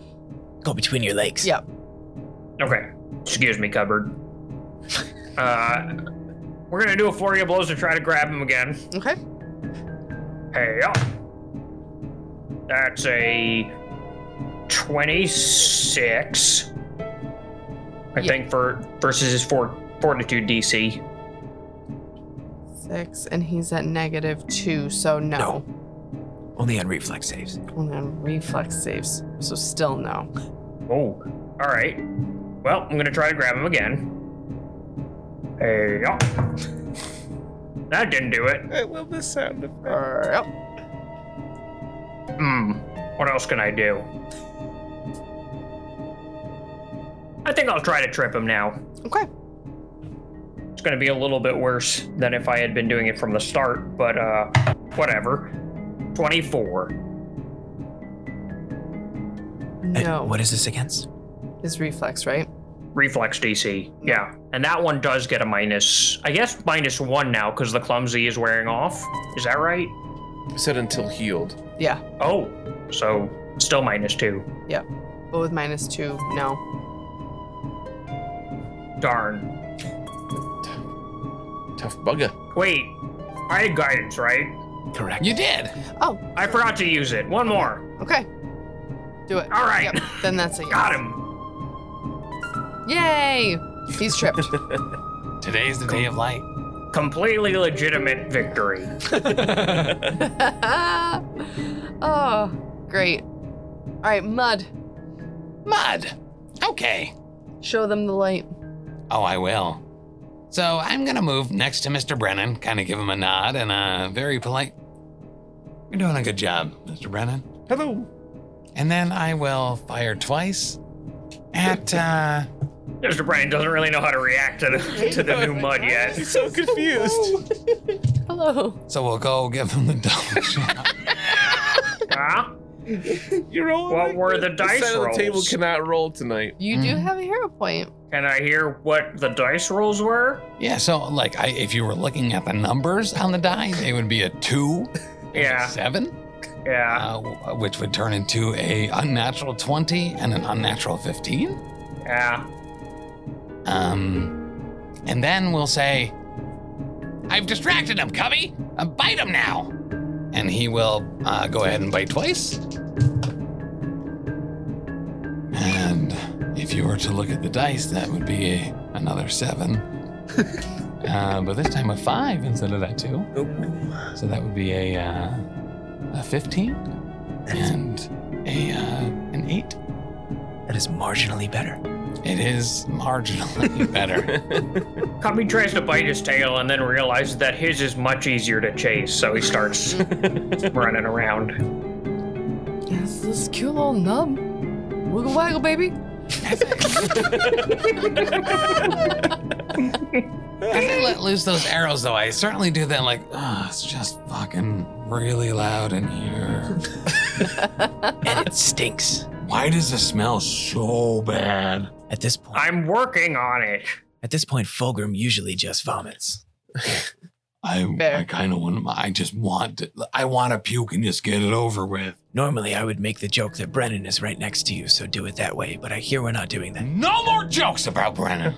Go between your legs. Yeah. Okay. Excuse me, cupboard. Uh, we're gonna do a flurry of blows to try to grab him again. Okay. Hey up. That's a twenty-six. I Yeah. think for versus his four, fortitude DC. Six, and he's at negative two, so no. Only on reflex saves. Only on reflex saves, so still no. Oh. All right. Well, I'm gonna try to grab him again. Hey up. That didn't do it. I love this sound effect. Yep. Hmm, what else can I do? I think I'll try to trip him now. Okay. It's gonna be a little bit worse than if I had been doing it from the start, but uh, whatever. 24. Uh, No. What is this against? His reflex, right? Reflex DC. Yeah. And that one does get a minus, I guess minus one now, because the clumsy is wearing off. Is that right? I said until healed. Yeah. Oh, so still minus two. But with minus two, no. Darn. Tough bugger. Wait, I had guidance, right? Correct. You did. Oh. I forgot to use it. One more. Okay. Do it. All right. [LAUGHS] Yep. Then that's a yes. Got him. Yay! He's tripped. [LAUGHS] Today is the day of light. Completely legitimate victory. oh, great. All right, Mud, Mud. Okay. show them the light. Oh, I will. So I'm gonna move next to Mr. Brennan, kind of give him a nod and a very polite. You're doing a good job, Mr. Brennan. Hello. And then I will fire twice at. uh Mr. Brain doesn't really know how to react to the, to the new mud [LAUGHS] yet. He's so confused. Hello. So we'll go give him the [LAUGHS] double shot. Huh? You're rolling. What like were the dice side of the table rolls? cannot roll tonight. [LAUGHS] You Mm-hmm. do Mhm. have a hero point. Can I hear what the dice rolls were? Yeah. So like, I, if you were looking at the numbers on the die, they would be a two, and a Yeah. seven. Yeah. uh, w- which would turn into a unnatural 20 and an unnatural 15. Yeah. Um, and then we'll say, I've distracted him, Cubby. Uh, bite him now. And he will uh, go ahead and bite twice. And if you were to look at the dice, that would be a, another [LAUGHS] seven. uh, but this time a five instead of that two. So that would be a, uh, a 15 and a uh, an eight. That is marginally better. It is marginally better. Cubby tries to bite his tail and then realizes that his is much easier to chase, so he [LAUGHS] starts running around. Yes, this cute little nub. Wiggle waggle, baby. As I let loose those arrows, though, I certainly do that. Like, oh, it's just fucking really loud in here. And it stinks. Why does it smell so bad? At this point, I'm working on it. at this point, Fulgrim usually just vomits. I Fair. I kind of want. I just want. To, I want to puke and just get it over with. Normally, I would make the joke that Brennan is right next to you, so do it that way. But I hear we're not doing that. No more jokes about Brennan.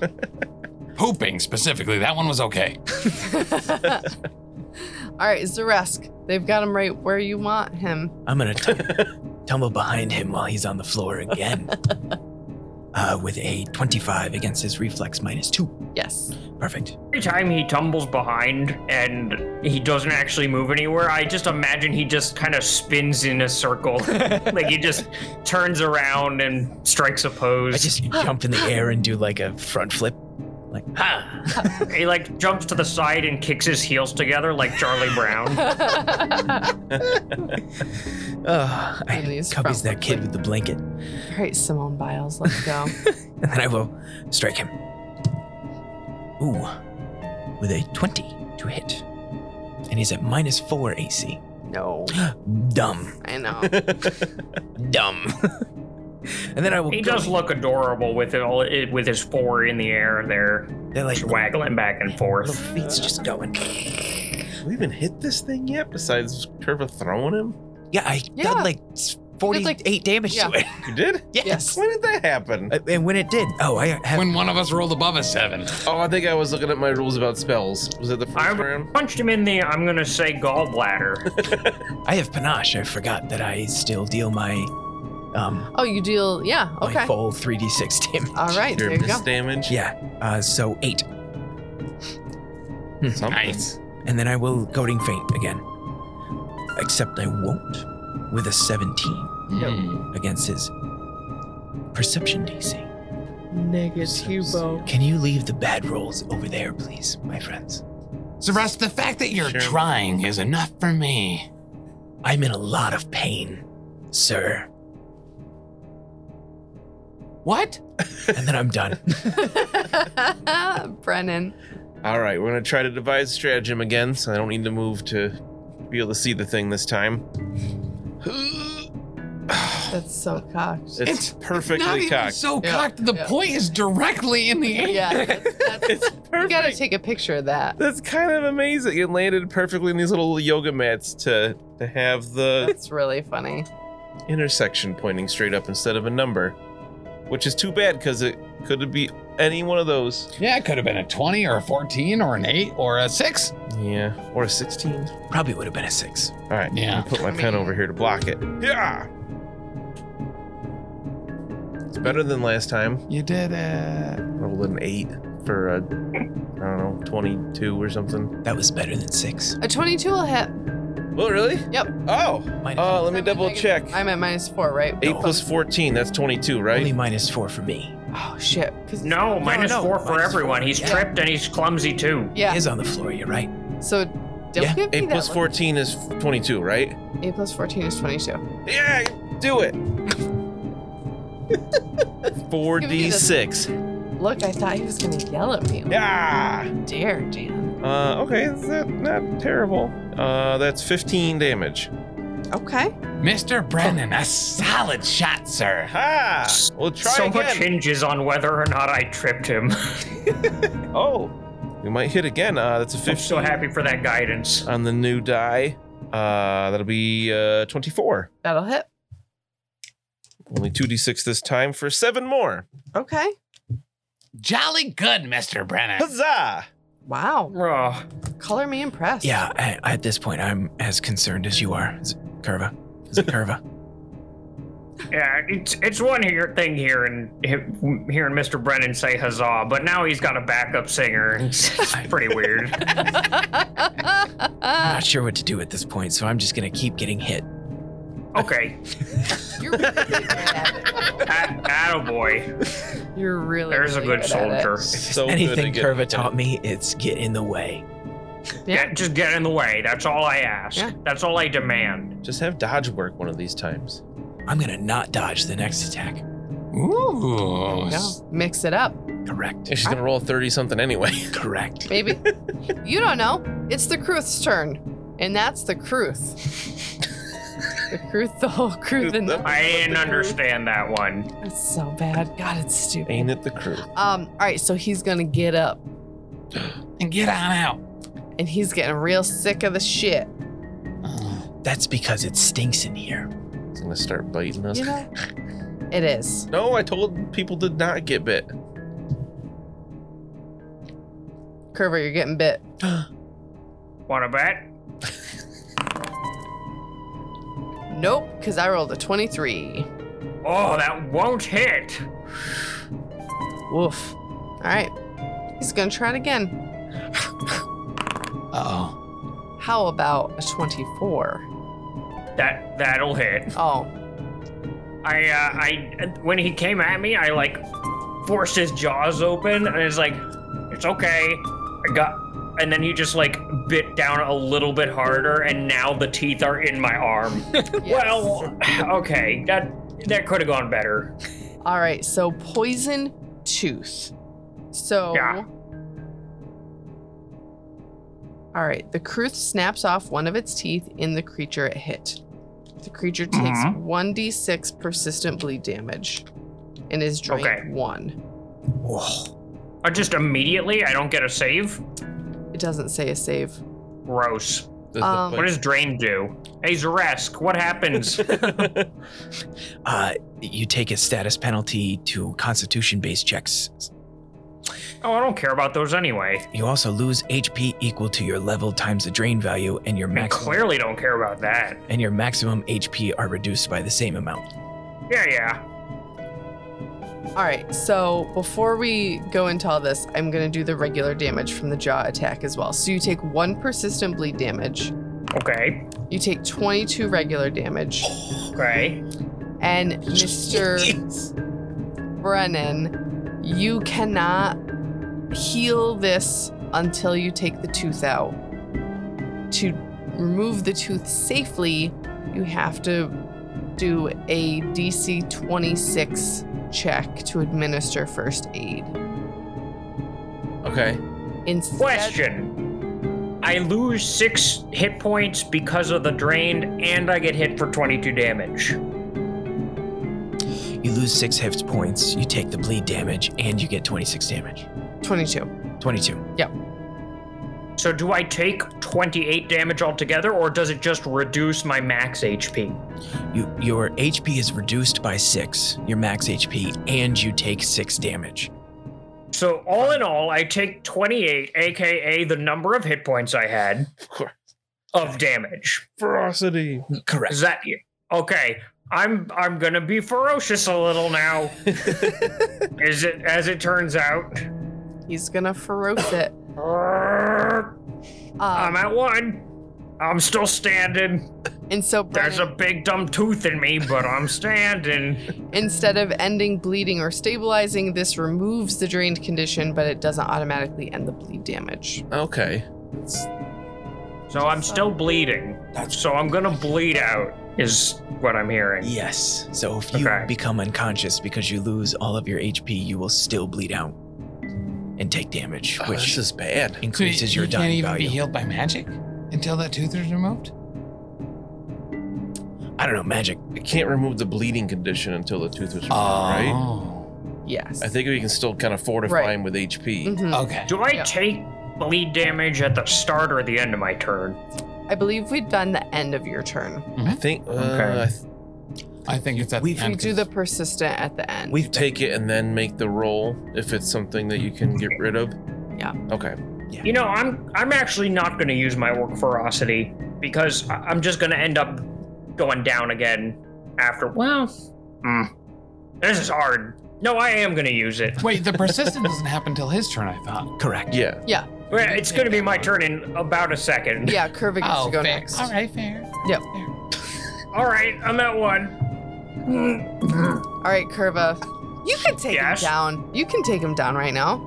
Pooping specifically. That one was okay. All right, Zaresk. They've got him right where you want him. I'm gonna [LAUGHS] t- tumble behind him while he's on the floor again, uh, with a 25 against his reflex minus two. Yes. [LAUGHS] Perfect. Every time he tumbles behind and he doesn't actually move anywhere, I just imagine he just kind of spins in a circle. [LAUGHS] like he just turns around and strikes a pose. I just jump in the air and do like a front flip. Like, Ha! he like jumps to the side and kicks his heels together like Charlie [LAUGHS] Brown. ugh, I And he's copies from- that kid with the blanket, All right, Simone Biles, let's go. and then I will strike him. Ooh, with a 20 to hit. And he's at minus 4 AC. no, Dumb. [GASPS] I know. Dumb. [LAUGHS] and then I will He go- does look adorable with it all it, with his four in the air there, They're like, just waggling back and little forth. feet's just going. Have we even hit this thing yet? Besides Turva throwing him, Yeah, I Yeah. got like s- 48 damage yeah. to it. you did. Yes. When did that happen? Uh, And when it [LAUGHS] did, oh, I have. When one of us rolled above a seven. oh, I think I was looking at my rules about spells. Was it the first I round? punched him in the I'm gonna [LAUGHS] say gallbladder. I have panache. I forgot that I still deal my um Oh, you deal. Yeah. my Okay. full 3d6 damage. All right. Your There you go. miss damage. Yeah. Uh, so eight, Something. Nice. and then I will goading faint again. Except I won't with a 17 Hmm. Mm. against his perception DC. Negative Hubo. Can you leave the bad rolls over there, please, my friends? So, Russ, the fact that you're Sure. trying is enough for me. I'm in a lot of pain, sir. What? And then I'm [LAUGHS] done. Brennan. All right, we're gonna try to devise a stratagem again, so I don't need to move to be able to see the thing this time. That's so cocked. It's, It's Not perfectly even cocked. so Yeah, cocked. The yeah. point is directly in the air. Yeah. That's, that's, it's you perfect. gotta take a picture of that. That's kind of amazing. It landed perfectly in these little yoga mats to to have the That's really funny. intersection pointing straight up instead of a number, which is too bad because it could be any one of those. Yeah, it could have been a 20 or a 14 or an 8 or a 6. Yeah, or a sixteen. Probably would have been a six. All right, Yeah. I'll put my I pen mean- over here to block it. Yeah. It's better than last time. You did it. Rolled an eight for a I don't know twenty-two or something. That was better than six. A 22 will hit. Well, really? Yep. Oh. Minus, Oh, let me I'm at double negative- check. I'm at minus four, right? Eight plus fourteen. That's twenty-two, right? Only minus four for me. Oh, shit. 'cause- No, minus no, four for minus everyone. four. He's Yeah. tripped and he's clumsy too. He Yeah. is on the floor. You're right. So don't Yeah, give me Eight that. plus look. fourteen is twenty-two, right? 8 plus 14 is 22. Yeah, do [LAUGHS] it. Four Give me d the- six. Look, I thought he [LAUGHS] was gonna yell at me. Yeah. Dare, Dan. Ah. Uh, okay, that's not, not terrible. Uh, that's fifteen damage. Okay. Mr. Brennan, a solid shot, sir. Ha! We'll try so much again. hinges on whether or not I tripped him. [LAUGHS] oh, we might hit again. Uh, that's a I'm fifteen so happy for that guidance. on the new die. Uh, that'll be uh twenty-four. That'll hit. Only two d six this time for seven more. Okay. Jolly good, Mr. Brennan. Huzzah! Wow. Oh, Color me impressed. Yeah, I, I- at this point, I'm as concerned as you are, Z- Curva. [LAUGHS] Z- Curva. yeah, it's it's one here thing here and he- hearing Mr. Brennan say huzzah, but now he's got a backup singer. It's pretty weird. [LAUGHS] I'm not sure what to do at this point, so I'm just gonna keep getting hit. Okay, You're really good at it. that, boy. You're really There's a really good at it. soldier. So good Anything to get- Curva taught me, it's get in the way. Yeah. Get, just get in the way. That's all I ask. Yeah. That's all I demand. Just have dodge work one of these times. [LAUGHS] I'm gonna not dodge the next attack. There Ooh. you go. Mix it up, Correct. She's gonna roll thirty something [LAUGHS] anyway. Correct. [LAUGHS] baby. you don't know. It's the Kruth's turn. And that's the [LAUGHS] Kruth. the Kruth, the whole Kruth. [LAUGHS] And the- I didn't understand that one. That's so bad. God, it's stupid. Ain't it the crew? Um, all right, so he's gonna get up And get on out. and he's getting real sick of the shit. That's because it stinks in here. It's gonna start biting us. You know? It is. No, I told people did not get bit. Curver, you're getting bit. Want to bet? Nope, because I rolled a 23. Oh, that won't hit. Woof. All right, he's gonna try it again. Uh-oh. How about a 24? That that'll hit. Oh, I, uh, I, when he came at me, I like forced his jaws open and it's like, It's okay. I got. And then he just like bit down a little bit harder, and now the teeth are in my arm. Well, [SIGHS] okay, that that could have gone better. All right, so poison tooth. So. Yeah. All right, the Kruth snaps off one of its teeth in the creature it hit. The creature takes Mhm. 1d6 persistent bleed damage and is drained Okay. 1. I just immediately I don't get a save. It doesn't say a save. Gross. Does Um, What does drain do? Hey Zaresk, [LAUGHS] what happens? Uh, you take a status penalty to constitution based checks. oh, I don't care about those anyway. You also lose HP equal to your level times the drain value and your I maximum clearly don't care about that. and your maximum HP are reduced by the same amount. Yeah, yeah. All right, so before we go into all this, I'm going to do the regular damage from the jaw attack as well. So you take 1 persistent bleed damage. Okay. You take 22 regular damage. Okay. And [LAUGHS] Mr. Brennan, you cannot heal this until you take the tooth out. To remove the tooth safely, you have to do a DC 26 check to administer first aid. okay. Instead, Question. I lose six hit points because of the drained, and I get hit for 22 damage. You lose six hit points, you take the bleed damage, and you get 26 damage. 22. 22. So, do I take 28 damage altogether, or does it just reduce my max HP? You, your HP is reduced by six, your max HP, and you take six damage. So, all in all, I take 28, aka the number of hit points I had [LAUGHS] Of course. of damage. Ferocity. Correct. Is that okay? I'm I'm gonna be ferocious a little now. Is it as it turns out? He's gonna feroce it. Um, I'm at one. I'm still standing. and so Brennan, There's a big dumb tooth in me, but I'm standing. Instead of ending bleeding or stabilizing, this removes the drained condition, but it doesn't automatically end the bleed damage. [LAUGHS] Okay. So I'm still bleeding. So I'm gonna bleed out, is what I'm hearing. Yes. So if you Okay. become unconscious because you lose all of your HP, you will still bleed out and take damage, Oh, which this is bad. increases your can't dying even be value. healed by magic until that tooth is removed. I don't know, magic. It can't remove the bleeding condition until the tooth is removed, right? Oh, Yes. I think we can still kind of fortify Right. him with HP. Mhm. okay. Do I Yeah. take bleed damage at the start or the end of my turn? I believe we've done the end of your turn. I think. Uh, Okay. I th- I think it's at We- the You end. do the persistent at the end. we take it and then make the roll if it's something that you can get rid of. Yeah. Okay. You know, I'm I'm actually not gonna use my work ferocity because I- I'm just gonna end up going down again after. Well, hmm. this is hard. No, I am gonna use it. Wait, the persistent doesn't happen till his turn. I thought. [LAUGHS] Correct. Yeah. Well, It's gonna be my turn in about a second. yeah, Curvy gets Oh, to go next. All right, Oh, fair. All right, I'm at one. Hmm. All right, Curva. You can take Yes. him down. You can take him down right now.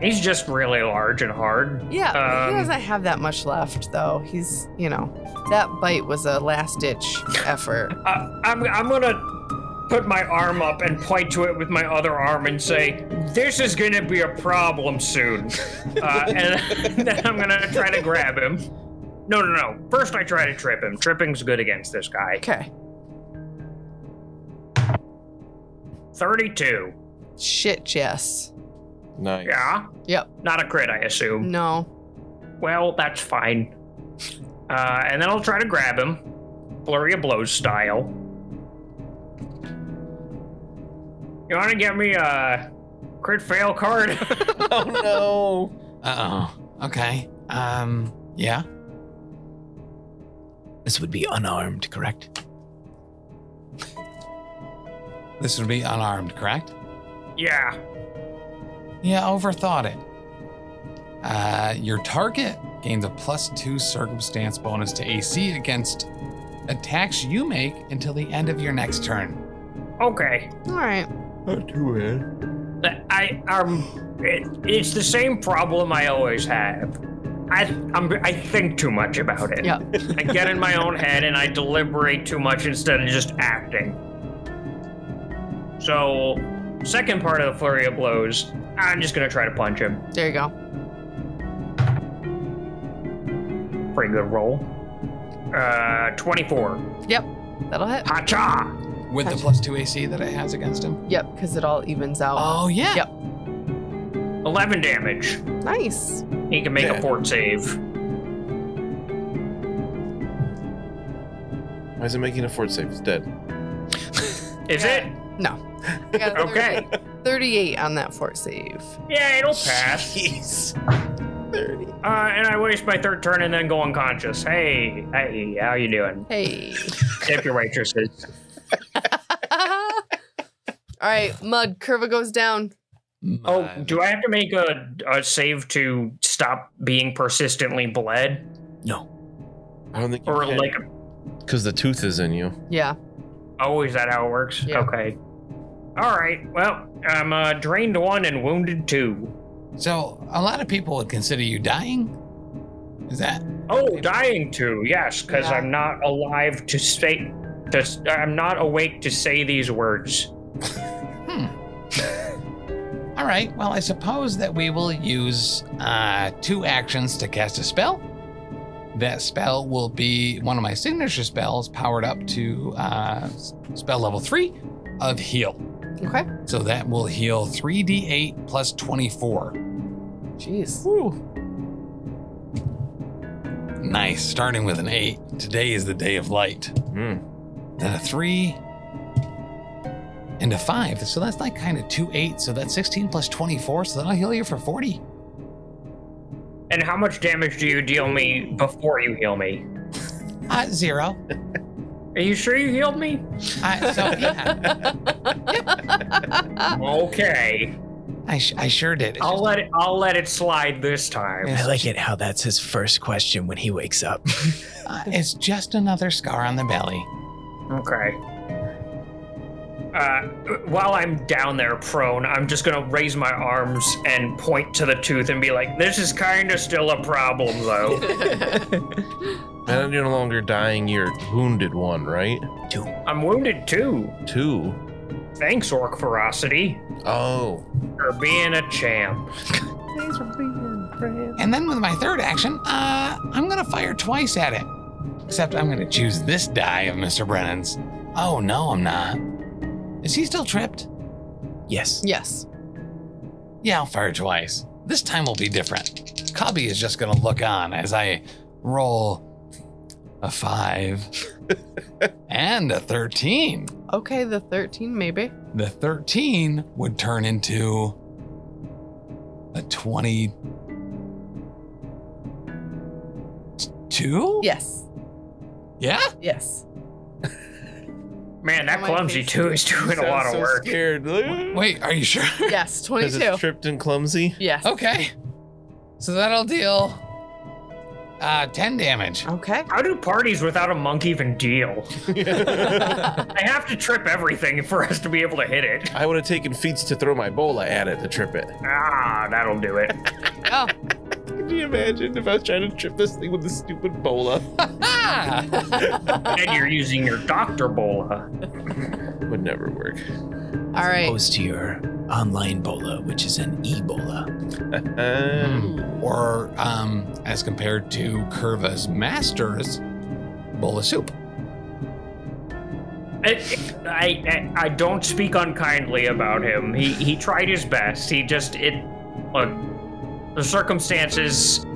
He's just really large and hard. Yeah, but he Um, doesn't have that much left, though. He's, you know, that bite was a last ditch effort. Uh, I'm, I'm gonna put my arm up and point to it with my other arm and say, "This is gonna be a problem [LAUGHS] soon," uh, and [LAUGHS] then I'm gonna try to grab him. No, no, no. First, I try to trip him. Tripping's good against this guy. Okay. Thirty-two. Shit, yes. Nice. Yeah. Yep. Not a crit, I assume. No. Well, that's fine. Uh, and then I'll try to grab him, flurry of blows style. You want to get me a crit fail card? [LAUGHS] [LAUGHS] Oh no. Uh oh. Okay. Um. Yeah. This would be unarmed, correct? This would be unarmed, correct? yeah. Yeah, overthought it. Uh, your target gains a plus two circumstance bonus to AC against attacks you make until the end of your next turn. Okay. All right. Not too bad. I um, it, it's the same problem I always have. I I'm, I think too much about it. Yeah. I get in my own head and I deliberate too much instead of just acting. So, second part of the flurry of blows, I'm just gonna try to punch him. There you go. Pretty good roll. Uh, 24. That'll hit. Ha-cha! With the Gotcha. plus two AC that it has against him. Yep, because it all evens out. Oh, yeah. Yep. 11 damage. Nice. He can make Yeah. a fort save. Why is it making a fort save? It's dead. Is Yeah. No. I got a it? [LAUGHS] Okay. 38, 38 on that fort save. Yeah, it'll pass. Uh, and I waste my third turn and then go unconscious. Hey, hey, how you doing? Hey. Tip [LAUGHS] your waitresses. all right, Mud, Curva goes down. Oh, do I have to make a, a save to stop being persistently bled, I don't think you or can. like, Because the tooth is in you. Yeah. oh, is that how it works? Yeah. Okay. All right. Well, I'm uh, drained one and wounded two. So a lot of people would consider you dying. Is that? Oh, dying to yes, because Yeah. I'm not alive to say. To, s- I'm not awake to say these words. All right. Well, I suppose that we will use uh, two actions to cast a spell. That spell will be one of my signature spells, powered up to uh, s- spell level three of heal. Okay. So that will heal 3d8 plus 24. Jeez. Nice. Starting with an eight. Today is the day of light. Mm. Then a three and a five. So that's like kind of two eight. So that's 16 plus 24. So that'll heal you for 40. And how much damage do you deal me before you heal me? Uh, zero. Are you sure you healed me? I, so yeah, Okay. I, sh- I sure did. It's I'll just- let it. I'll let it slide this time. Yeah. I like it how that's his first question when he wakes up. [LAUGHS] uh, it's just another scar on the belly. Okay. Uh, while I'm down there prone, I'm just gonna raise my arms and point to the tooth and be like, "This is kind of still a problem, though." [LAUGHS] And you're no longer dying, you're wounded one, right? I'm wounded too. Two. Thanks, Orc Ferocity, Oh. for being a champ. And then with my third action, uh, I'm gonna fire twice at it. Except I'm gonna choose this die of Mr. Brennan's. Oh no, I'm not. Is he still tripped? yes. yes. Yeah, I'll fire twice. This time will be different. Cobby is just gonna look on as I roll a five and a thirteen. Okay, the 13 maybe. The thirteen would turn into a twenty-two. Yes. Yeah. Yes. Man, that Oh, My clumsy face- too is doing a lot of so work. Scared. Wait, are you sure? [LAUGHS] Yes, [LAUGHS] Because 22. it's tripped and clumsy. Yes. Okay. So that'll deal uh 10 damage. Okay. How do parties without a monk even [LAUGHS] deal? I I have to trip everything for us to be able to hit it. would have taken feats to throw my bola at it to trip it. Ah, that'll do it. Oh, Can you imagine if I was trying to trip this thing with this stupid bola? Ah! and you're using your Doctor Bola. Would never work. all right. Opposed to your online Bola, which is an Ebola. Um, or um as compared to Curva's master's bowl of soup. I, I I don't speak unkindly about him. He he tried his best. He just it look the circumstances.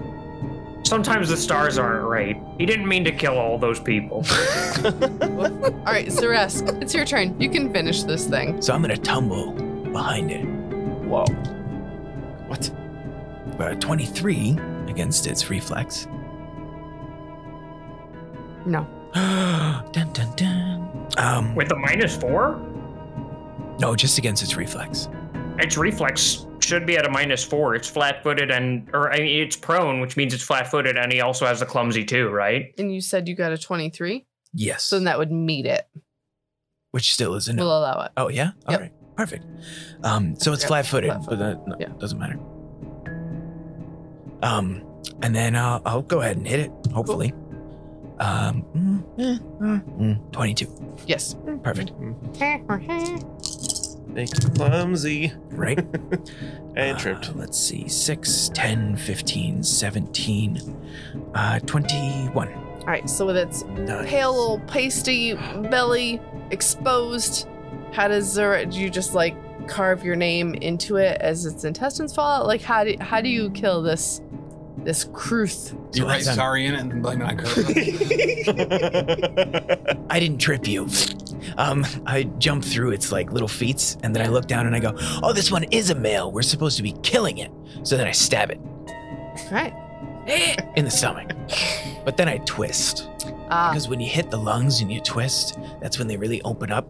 Sometimes the stars aren't right. He didn't mean to kill all those people. All right, Zeresk, it's your turn. You can finish this thing. So I'm going to tumble behind it. Whoa. What? But a 23 against its reflex. No. [GASPS] dun, dun, dun. Um, With the minus four, no, just against its reflex. its reflex should be at a minus four. It's flat-footed and or I mean, it's prone, which means it's flat-footed, and he also has the clumsy too, right? And you said you got a 23, Yes. so then that would meet it. which still is a no. We'll allow it. oh, yeah? All Yep. right. perfect. Um, so it's Yeah, flat-footed, but flat-footed. that no, Yeah. doesn't matter. Um, and then uh, I'll go ahead and hit it. Hopefully, um, mm, eh, uh, mm, twenty-two, Yes. Mm, perfect, Thank you, clumsy. right? And Uh, tripped. Let's see, 6, 10, 15, 17, uh, 21. All right. So with its Nice. pale little pasty belly exposed, how does Zora? Do you just like carve your name into it as its intestines fall out? Like how do how do you kill this this Kruth? So You write as I'm- sorry in it and blame it on Kirk. I didn't trip you. Um, I jump through its like little feet, and then I look down and I go, "Oh, this one is a male. We're supposed to be killing it." So then I stab it All right. in the stomach, but then I twist Ah, because when you hit the lungs and you twist, that's when they really open up.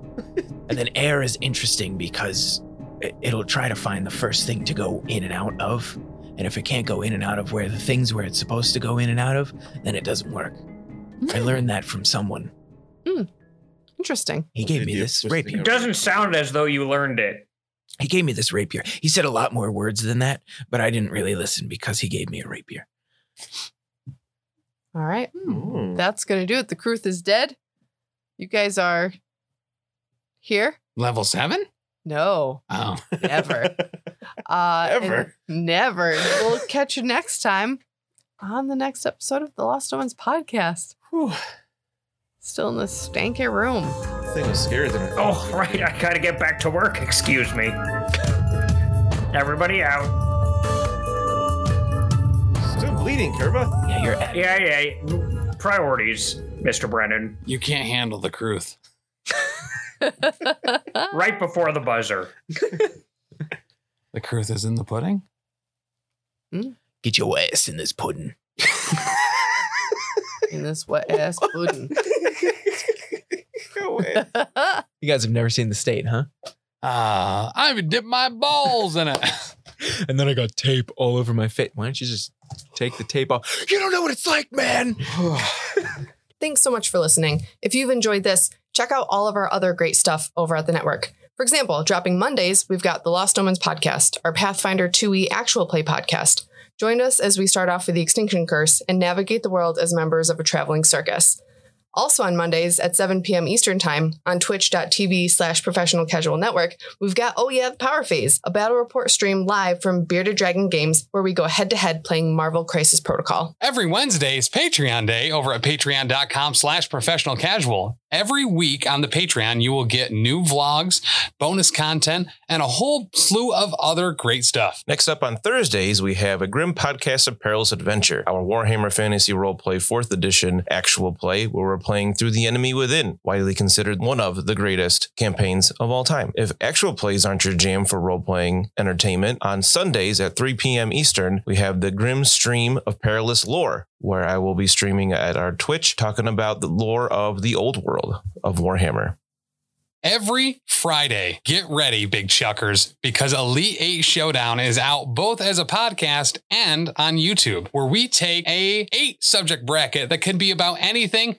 and then air is interesting because it- it'll try to find the first thing to go in and out of, and if it can't go in and out of where the things where it's supposed to go in and out of, then it doesn't work. I learned that from someone. interesting. He gave Did me you this twisting rapier. It doesn't sound as though you learned it. He gave me this rapier. He said a lot more words than that, but I didn't really listen because he gave me a rapier. All right. Ooh. That's gonna do it. The Kruth is dead. You guys are here. Level seven? No, Oh. never. Uh, and Ever. Never. We'll catch you next time on the next episode of the Lost Omens podcast. Whew. Still in this stanky room. That thing was scarier than I thought. Oh, right. I gotta get back to work. Excuse me. Everybody out. Still bleeding, Kerba. Yeah, you're at Yeah, yeah. Priorities, Mr. Brennan. You can't handle the truth. Right before the buzzer. The truth is in the pudding? get your ass in this pudding. in this wet ass pudding. Go away. [LAUGHS] You guys have never seen the state, huh? Uh, I even dipped my balls in it. [LAUGHS] [LAUGHS] And then I got tape all over my face. Why don't you just take the tape off? You don't know what it's like, man. [LAUGHS] Thanks so much for listening. If you've enjoyed this, check out all of our other great stuff over at the network. For example, dropping Mondays, we've got the Lost Omens podcast, our Pathfinder 2e actual play podcast. Join us as we start off with the Extinction Curse and navigate the world as members of a traveling circus. Also on Mondays at 7 p.m. Eastern Time on twitch.tv slash professional casual network, we've got Oh Yeah, the Power Phase, a battle report stream live from Bearded Dragon Games where we go head to head playing Marvel Crisis Protocol. Every Wednesday is Patreon Day over at patreon.com slash professional casual. Every week on the Patreon, you will get new vlogs, bonus content, and a whole slew of other great stuff. Next up on Thursdays, we have a Grim Podcast of Perilous Adventure, our Warhammer Fantasy Roleplay 4th Edition actual play, where we're playing through The Enemy Within, widely considered one of the greatest campaigns of all time. If actual plays aren't your jam for roleplaying entertainment, on Sundays at 3 p.m. Eastern, we have the Grim Stream of Perilous Lore, where I will be streaming at our Twitch talking about the lore of the old world of Warhammer. Every Friday, get ready, big chuckers, because Elite 8 Showdown is out both as a podcast and on YouTube, where we take a eight subject bracket that can be about anything